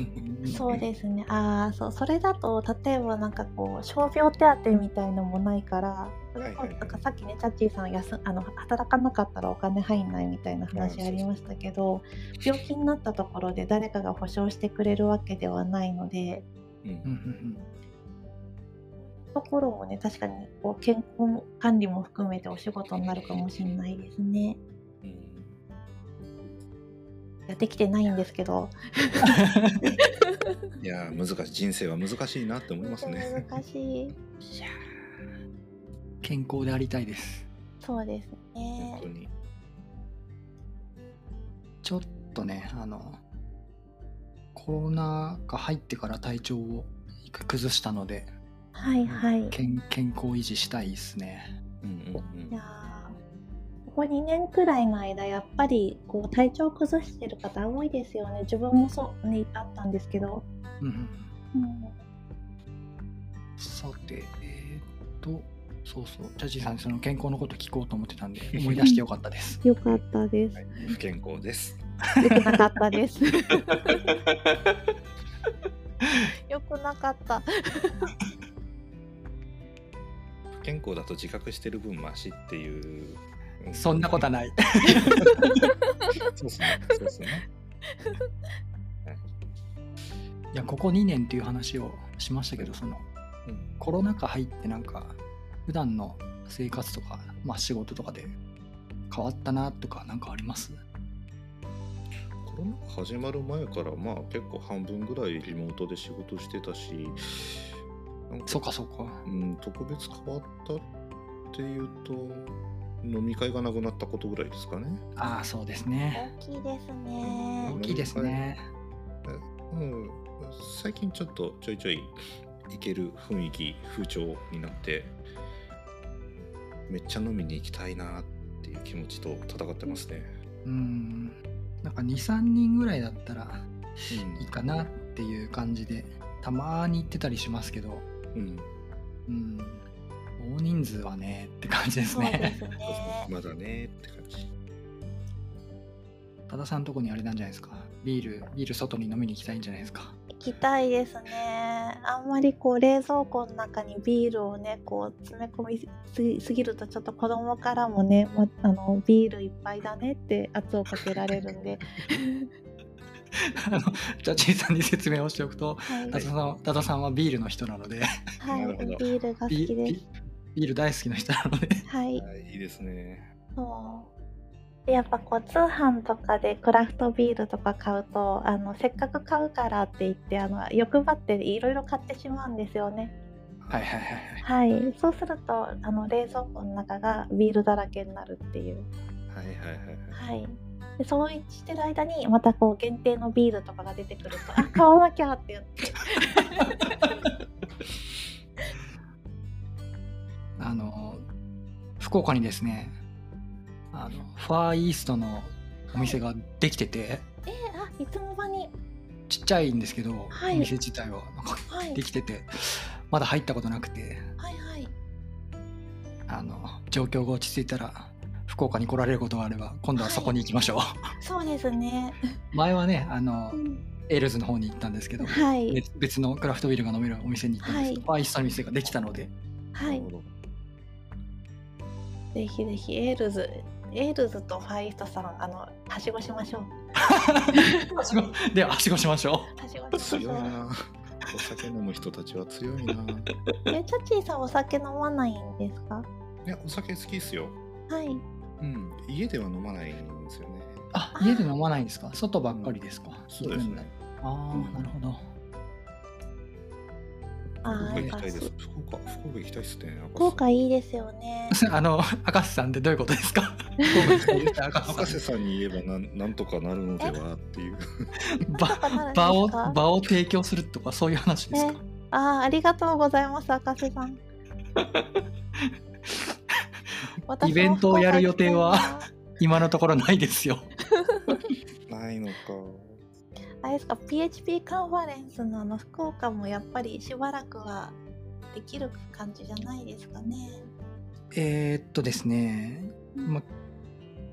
S3: そうですね。ああ、そう、それだと、例えば、なんかこう、傷病手当みたいのもないから。それこ
S2: はいはい
S3: そ
S2: はい
S3: なんかさっきね、チャッチーさん、やす、あの、働かなかったら、お金入んないみたいな話
S2: うん
S3: ありましたけど。病気になったところで、誰かが保証してくれるわけではないので。
S2: うん
S1: うんうん
S3: ところもね、確かに、こう、健康管理も含めて、お仕事になるかもしれないですね。
S2: うん
S3: やってきて ないんですけど。
S2: いやー難しい人生は難しいなって思いますね。
S3: 難しい。
S1: うんいやー健康でありたいです
S3: そうです
S2: 本
S3: ね
S2: 当。に。
S1: ちょっとねあのコロナが入ってから体調を崩したので
S3: はい、はい。
S1: 健健康維持したいですね
S2: うんうんうん
S3: いやーここ2年くらいの間やっぱりこう体調崩してる方多いですよね自分もそうねあったんですけど、
S1: うんうんうん
S3: うん、
S1: さて、えーっと、そうそう、チャジーさんにその健康のこと聞こうと思ってた んで、思い出してよかった です。
S3: よかったです
S2: はい不健康です。
S3: よくなかったです よくなかった
S2: 不健康だと自覚してる分マシっていう。う
S1: そんなことはない。
S2: そうですね。そうですね。
S1: いや、ここ2年っていう話をしましたけど、その
S2: うん
S1: コロナ禍入ってなんか、普段の生活とか、まあ仕事とかで変わったなとか、なんかあります
S2: コロナ禍始まる前からまあ結構半分ぐらいリモートで仕事してたし、なん
S1: そうかそうか。
S2: うん、特別変わったっていうと飲み会がなくなったことぐらいですかね。
S1: ああ、そうですね。
S3: 大きいです
S1: 大
S3: ね
S1: きいですね。
S2: うん、最近ちょっとちょいちょい行ける雰囲気風潮になってめっちゃ飲みに行きたいなっていう気持ちと戦ってますね。
S1: うん。なんか2、3人ぐらいだったらいいか
S2: な。
S1: なっていう感じで、たまーに行ってたりしますけど、
S2: うん、
S1: うん、大人数はねって感じです
S3: そうで
S1: ね。
S3: すね
S2: まだねって感じ。
S1: 多田さんとこにあれなんじゃないですか。ビール、ビール外に飲みに行きたいんじゃないですか。
S3: 行きたいですねあんまりこう冷蔵庫の中にビールをねこう詰め込みすぎすぎるとちょっと子供からもね、ま、あのビールいっぱいだねって圧をかけられるんで、
S1: あのじゃあ、ちいさんに説明をしておくと、
S3: はい
S1: 多田さんは多田さんはビールの人なので、
S3: はい、
S2: なるほど
S3: ビールが好
S1: ビ
S3: きで
S1: ビビール大好きな人なので、
S3: す。はい、
S2: はい、いいですね。
S3: そう。でやっぱこう通販とかでクラフトビールとか買うと、あのせっかく買うからって言って、あの欲張っていろいろ買ってしまうんですよね。
S1: はいはいはいはい。
S3: はい、そうするとあの冷蔵庫の中がビールだらけになるっていう。
S2: はいはいはいはい。
S3: はい。でそうしてる間にまたこう限定のビールとかが出てくると、あ買わなきゃって言って。
S1: あの福岡にですね、あのファーイーストのお店ができてて、
S3: えー、あいつの間に。
S1: ちっちゃいんですけど、
S3: はい
S1: お店自体はなんか
S3: はい。
S1: できてて、まだ入ったことなくて。
S3: はいはい。
S1: あの状況が落ち着いたら福岡に来られることがあれば今度はそこに行きましょう、
S3: そうですね。
S1: 前はねあの、
S3: うん
S1: エールズの方に行ったんですけど、
S3: はい。
S1: 別別のクラフトビールが飲めるお店に行ったんですけど、アイストの店ができたので
S3: はい
S2: な。るほど
S3: ぜひぜひエールズ、エールズとファイストさん、あの、はしごしましょ う。
S1: はしご でははしごしましょ
S3: はしごし
S2: 強い
S3: ましょう。
S2: な。 お酒飲む人たちは強いな。い
S3: え、チャッチーさんお酒飲まないんですか
S2: や、お酒好きっすよ。
S3: はい。
S2: うん、家では飲まないんですよね。
S1: うあ家で飲まないんですか外ばっかりですか、
S2: そうですね。
S1: ああなるほど
S2: 福
S3: あ
S2: 岡
S3: ー
S2: 行きたいです。福岡、福岡行きたいっすね。
S3: 福岡いいですよね。
S1: あの、赤瀬さんってどういうことですか
S2: 博士さんに言えばなんなんとかなるのではっていう。
S1: ば
S3: なん
S1: 場を
S3: か
S1: 場を提供するとかそういう話ですか
S3: ね、あーありがとうございます、赤瀬さ ん。私も
S1: イベントをやる予定は
S3: 福岡行きたい
S1: 今のところないですよ。
S2: ないのか。
S3: なあれですか、PHP カンファレンスのあの福岡もやっぱりしばらくはできる感じじゃないですかね。
S1: えーっとですね、ま、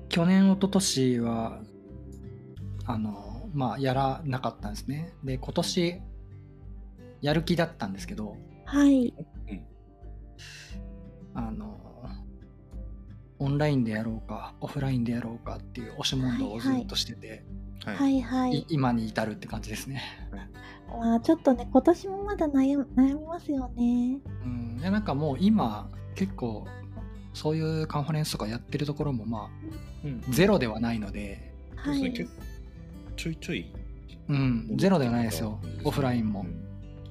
S1: 去年一昨年はあのまあやらなかったんですねで今年やる気だったんですけど
S3: はい。
S1: あのオンラインでやろうかオフラインでやろうかっていう押し問答をずっとしてて、
S2: はい。
S3: はいはいい。
S1: 今に至るって感じですね。
S3: まあちょっとね、今年もまだ悩む悩みますよね。
S1: うん、いやなんかもう今結構そういうカンファレンスとかやってるところもま
S2: うん
S1: あゼロではないので、
S2: そうで
S3: は
S2: すね。
S3: い。
S2: 結構ちょいちょい。
S1: うん、ゼロではないですよオフラインも。
S3: そう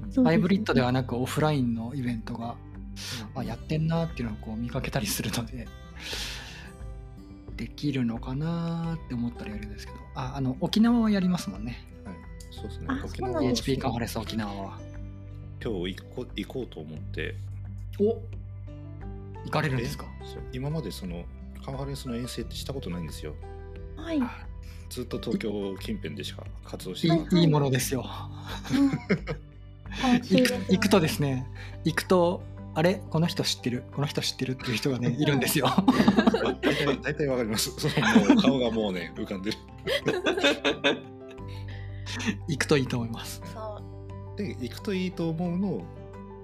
S3: ですね
S1: ハイブリッドではなくオフラインのイベントが、あ、やってんなっていうのをこう見かけたりするので できるのかなって思ったりやるんですけどああの沖縄はやりますもんね
S2: はい。そうですね
S3: あ。
S2: 沖
S3: そう
S2: 縄
S3: なんです
S1: HP カンファレンス沖縄は
S2: 今日行こう行こうと思って。
S1: お行かれるんですか
S2: そう今までそのカンファレンスの遠征ってしたことないんですよ。
S3: はい。うん
S1: あ
S2: ずっと東京近辺でしか活動し
S1: い
S2: てなかっ
S1: いいいものですよ
S3: 楽し
S1: 行
S3: い
S1: く
S3: ですよね
S1: 行くとですね行くとあれこの人知ってるこの人知ってるっていう人が ねいるんですよ
S2: た。あ大体大体わかります。そのもう顔がもうね浮かんでる。
S1: 行くといいと思います
S3: そう。
S2: で行くといいと思うの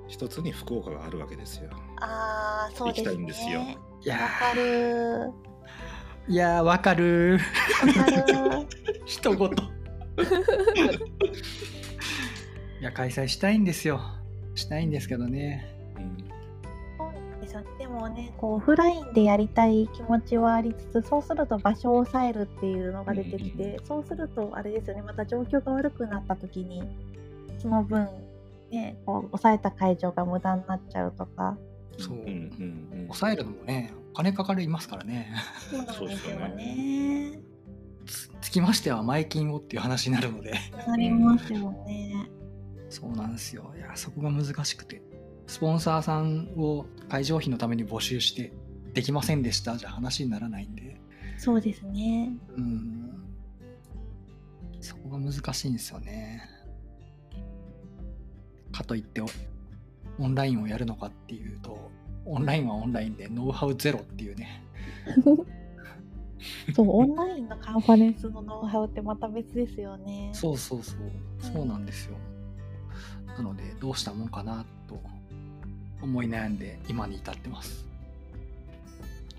S2: 一つに福岡があるわけですよ。
S3: ああ、そ
S2: 行
S3: う
S2: き
S3: で
S2: た
S3: すね。
S2: いんですよ。
S1: いや
S3: わかるー。
S1: ーいやーわかるー
S3: わかるー。
S1: 一言いや開催したいんですよしたいんですけどね
S2: うん
S3: そうですよねでもね、こうオフラインでやりたい気持ちはありつつ、そうすると場所を抑えるっていうのが出てき
S2: うんうん
S3: て、そうするとあれですよね、また状況が悪くなった時に、その分、ね、こう抑えた会場が無駄になっちゃうとか、
S1: そう、
S2: うんうんうん。
S1: 抑えるのもねお金かかりますからね
S3: そうなんです
S2: そ
S3: よ
S2: うですよ
S3: ね。
S1: つつきましては前金をっていう話になるので
S3: なりますよね。
S1: そうなんですよいやそこが難しくてスポンサーさんを会場費のために募集してできませんでしたじゃ話にならないんで
S3: そうですね。
S1: うんそこが難しいんですよねかといっておオンラインをやるのかっていうとオンラインはオンラインでノウハウゼロっていうね
S3: そう、オンラインのカンファレンスのノウハウってまた別ですよね。
S1: そうそうそうそうなんですよなのでどうしたもんかなと思い悩んで今に至ってます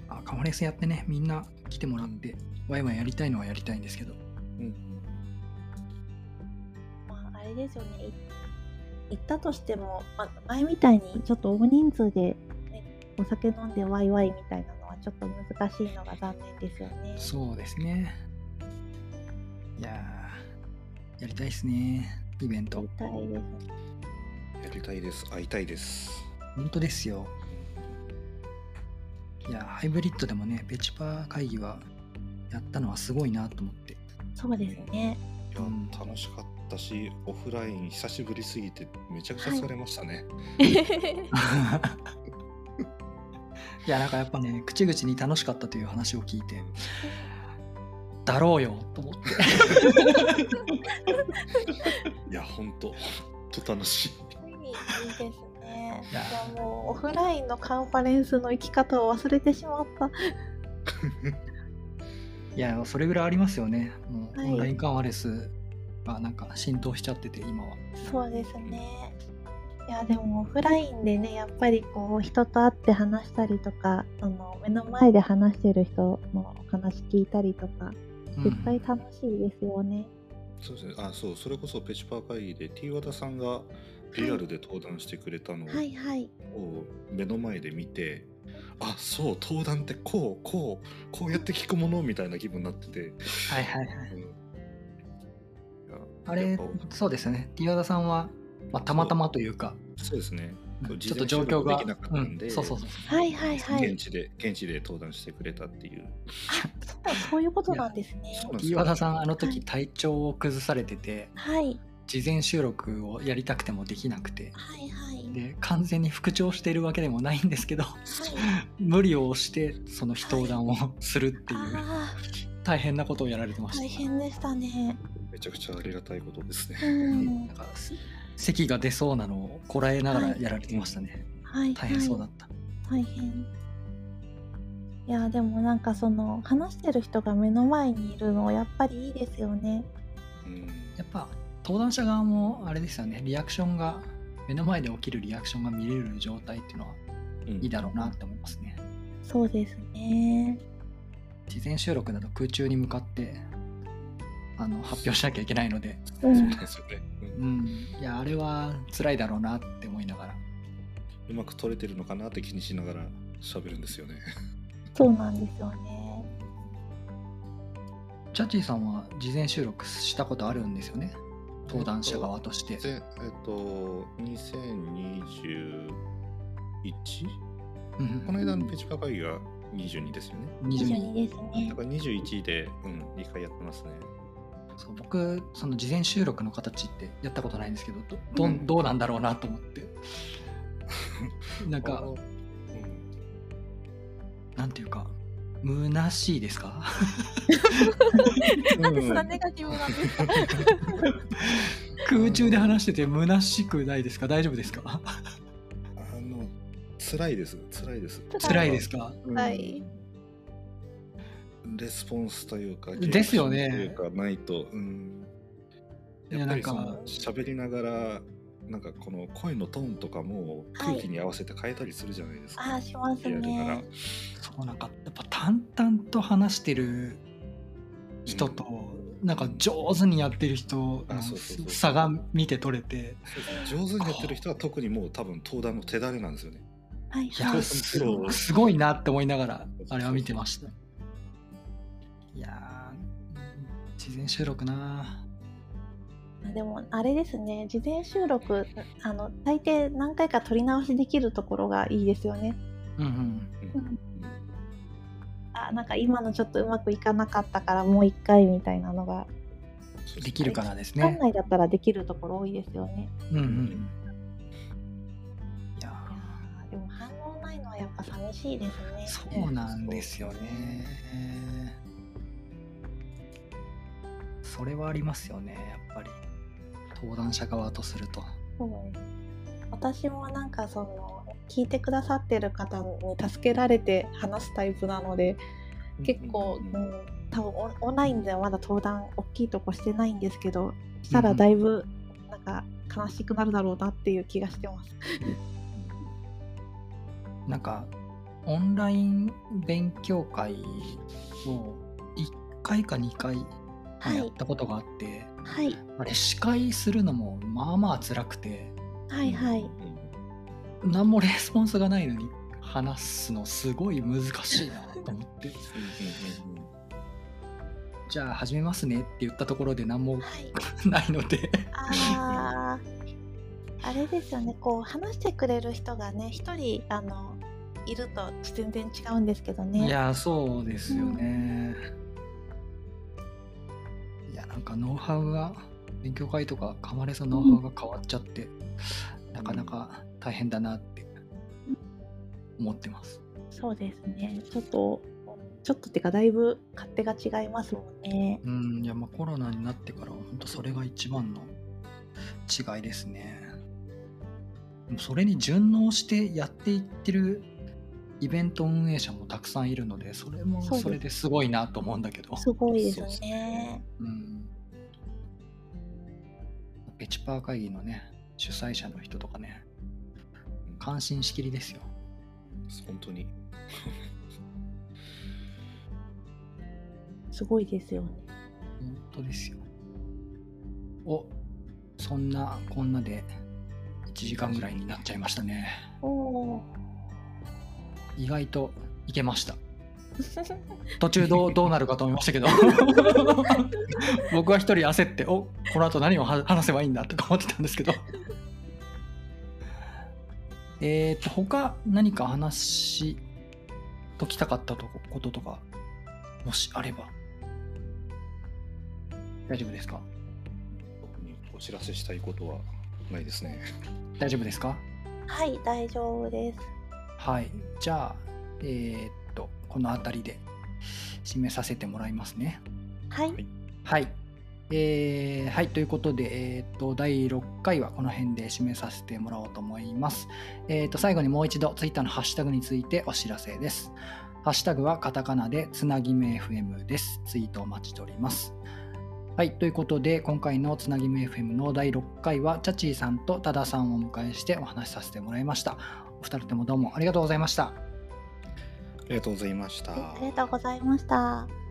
S1: あカンファレンスやってねみんな来てもらってワイワイやりたいのはやりたいんですけど
S2: うん
S3: まあ、あれですよねい行ったとしても、まあ、前みたいにちょっと大人数で、ね、お酒飲んでワイワイみたいなのはちょっと難しいのが残念ですよね。
S1: そうですね。いやー、やりたいですね、イベント
S3: み。たいです
S2: やりたいです。会いたいです。
S1: 本当ですよ。いやー、ハイブリッドでもね、ペチパー会議はやったのはすごいなと思って。
S3: そうですね。
S2: いや
S1: うん
S2: 楽しかったし、オフライン久しぶりすぎてめちゃくちゃ疲れましたね。
S1: いや、なんかやっぱね、口々に楽しかったという話を聞いて、だろうよと思って。
S2: い、や本当本当楽しい。
S3: いいですね。
S1: い
S3: い
S1: や
S3: やもうオフラインのカンファレンスの生き方を忘れてしまった。
S1: いや、それぐらいありますよね。もう、
S3: はい
S1: オンラインカンファレンスがなんか浸透しちゃってて、今は。
S3: そうですね。いやでもオフラインでねやっぱりこう人と会って話したりとかあの目の前で話してる人のお話聞いたりとか
S1: うん
S3: 絶対楽しいですよね。
S2: そうですね。あそうそれこそペチパー会議で T 和田さんがリアルで登壇してくれたのを
S3: はいはい。
S2: を目の前で見て、あそう登壇ってこうこうこうやって聞くものみたいな気分になってて。
S1: はいはいはい。
S2: うんいや
S1: あ
S2: や
S1: れ
S2: っぱ
S1: そうですよね。ティアダさんは、まあ、たまたまというか
S2: そうですね。
S1: うんちょっと状況
S2: 事前収録で
S1: が
S2: きなかっ、
S1: う
S2: たん
S1: ん
S2: で、、
S1: そうそうそう。
S3: はいはいはい。
S2: 現地で現地で登壇してくれたっていう。
S3: そうそういうことなんですね。
S2: そうなんですよ
S1: 岩田さん、あの時体調を崩されてて、
S3: はい
S1: 事前収録をやりたくてもできなくて、
S3: はいはい。
S1: で、完全に復調しているわけでもないんですけど、
S3: はい、
S1: 無理をして、その非登壇をするっていう、
S3: あ
S1: 大変なことをやられて
S3: あ
S1: ま
S3: 大
S1: した。
S3: 変でしたね。
S2: めちゃくちゃありがたいことですね。
S3: うん
S1: なんか、咳が出そうなのをこらえながらやられてましたね。
S3: はい、
S1: 大変そうだった。
S3: はい。大変。いやでもなんかその話してる人が目の前にいるのやっぱりいいですよね。
S2: うん
S1: やっぱ登壇者側もあれですよねリアクションが目の前で起きるリアクションが見れる状態っていうのは
S2: うん
S1: いいだろうなって思いますね
S3: そうですね。
S1: 事前収録だと空中に向かってあの発表しなきゃいけないので
S3: うん
S2: そうなんですよね。うん
S1: うんいやあれは辛いだろうなって思いながら
S2: うまく撮れてるのかなって気にしながら喋るんですよね。
S3: そうなんですよね。
S1: チャッチーさんは事前収録したことあるんですよね登壇者側として
S2: でえっと2021
S1: うんうん
S2: この間のペチパ会議が22ですよね。
S3: 一緒
S1: 22
S3: にです
S2: だ
S3: ね。
S2: から21で、うん、2回やってますね。
S1: そう僕その事前収録の形ってやったことないんですけどどどん
S2: うん
S1: どうなんだろうなと思ってなん
S2: あ
S1: か
S2: のうん
S1: なんていうか虚しいですか
S3: なんでそんなネガティブなんですか。
S1: 空中で話してて虚しくないですか大丈夫ですか
S2: あの辛いです辛いです
S1: 辛いですか
S2: うん
S3: はい。
S2: レスポンスというか
S1: ですよね
S2: リアクションというかないと、うん、
S1: いや
S2: やっぱり
S1: な
S2: そ
S1: んか
S2: の喋りながらなんかこの声のトーンとかも空気に合わせて変えたりするじゃないですか、
S3: ああします
S2: リアルなら、
S3: ね。
S1: そうなんかやっぱ淡々と話してる人と、なんか上手にやってる人
S2: あ
S1: の
S2: そうそうそう
S1: 差が見て取れて
S2: 上手にやってる人は特にもう多分登壇の手だれなんですよね
S3: はい
S1: いや
S3: はい。
S1: すすごいなって思いながらあれは見てましたいやー事前収録な
S3: でもあれですね事前収録あの大抵何回か撮り直しできるところがいいですよね
S1: うんうん
S3: あなんか今のちょっとうまくいかなかったからもう一回みたいなのが
S1: できるからですね
S3: 館内だったらできるところ多いですよね
S1: うんうんいや
S3: いやーでも反応ないのはやっぱ寂しいですね
S1: ーそうなんですよねそれはありますよねやっぱり登壇者側とすると
S3: そうです私もなんかその聞いてくださってる方に助けられて話すタイプなので結構、
S2: うん
S3: うん多分オンオンラインではまだ登壇大きいとこしてないんですけどしたらだいぶなんか悲しくなるだろうなっていう気がしてます。
S1: なんかオンライン勉強会を1回か2回
S3: はい
S1: やったことがあって、
S3: はい
S1: あれ司会するのもまあまあ辛くて
S3: はいはい。
S1: 何もレスポンスがないのに話すのすごい難しいなと思ってじゃあ始めますねって言ったところで何も
S3: はい、
S1: ないので
S3: あーあ れですよねこう話してくれる人がね一人あのいると全然違うんですけど
S1: い
S3: ね。
S1: やそうですよね、いやなんかノウハウが勉強会とかかまれそノウハウが変わっちゃって、なかなか大変だなって思ってます
S3: そうですねちょっとちょっとっていうかだいぶ勝手が違いますもんね。
S1: うんいやまあコロナになってからは本当それが一番の違いですねでもそれに順応してやっていってるイベント運営者もたくさんいるのでそれも
S3: そうです
S1: それですごいなと思うんだけど
S3: すごいです
S2: そうです
S3: ね
S2: ね。
S1: うんペチパー会議のね、主催者の人とかね、感心しきりですよ。
S2: 本当に
S3: すごいですよね。
S1: 本当ですよ。おそんなこんなで1時間ぐらいになっちゃいましたね。
S3: お お
S1: 意外といけました。途中どうどうなるかと思いましたけど、僕は一人焦って、おこの後何をは話せばいいんだとか思ってたんですけど、えっ、と、他何か話しときたかったとここととか、もしあれば。大丈夫ですか
S2: 特にお知らせしたいことはないですね。
S1: 大丈夫ですか
S3: はい、大丈夫です。
S1: はい。じゃあ、えっと、この辺りで締めさせてもらいますね。
S3: はい、
S2: はい
S1: はい。えーはい。ということで、えーっと、第6回はこの辺で締めさせてもらおうと思います。えーっと、最後にもう一度、ツイッターのハッシュタグについてお知らせです。ハッシュタグはカタカナで、つなぎめ FM です。ツイートお待ちしております。はい。ということで、今回のつなぎめ FM の第6回は、チャチーさんとタダさんをお迎えしてお話しさせてもらいました。お二人ともどうもありがとうございました。
S2: ありがとうございました。
S3: ありがとうございました。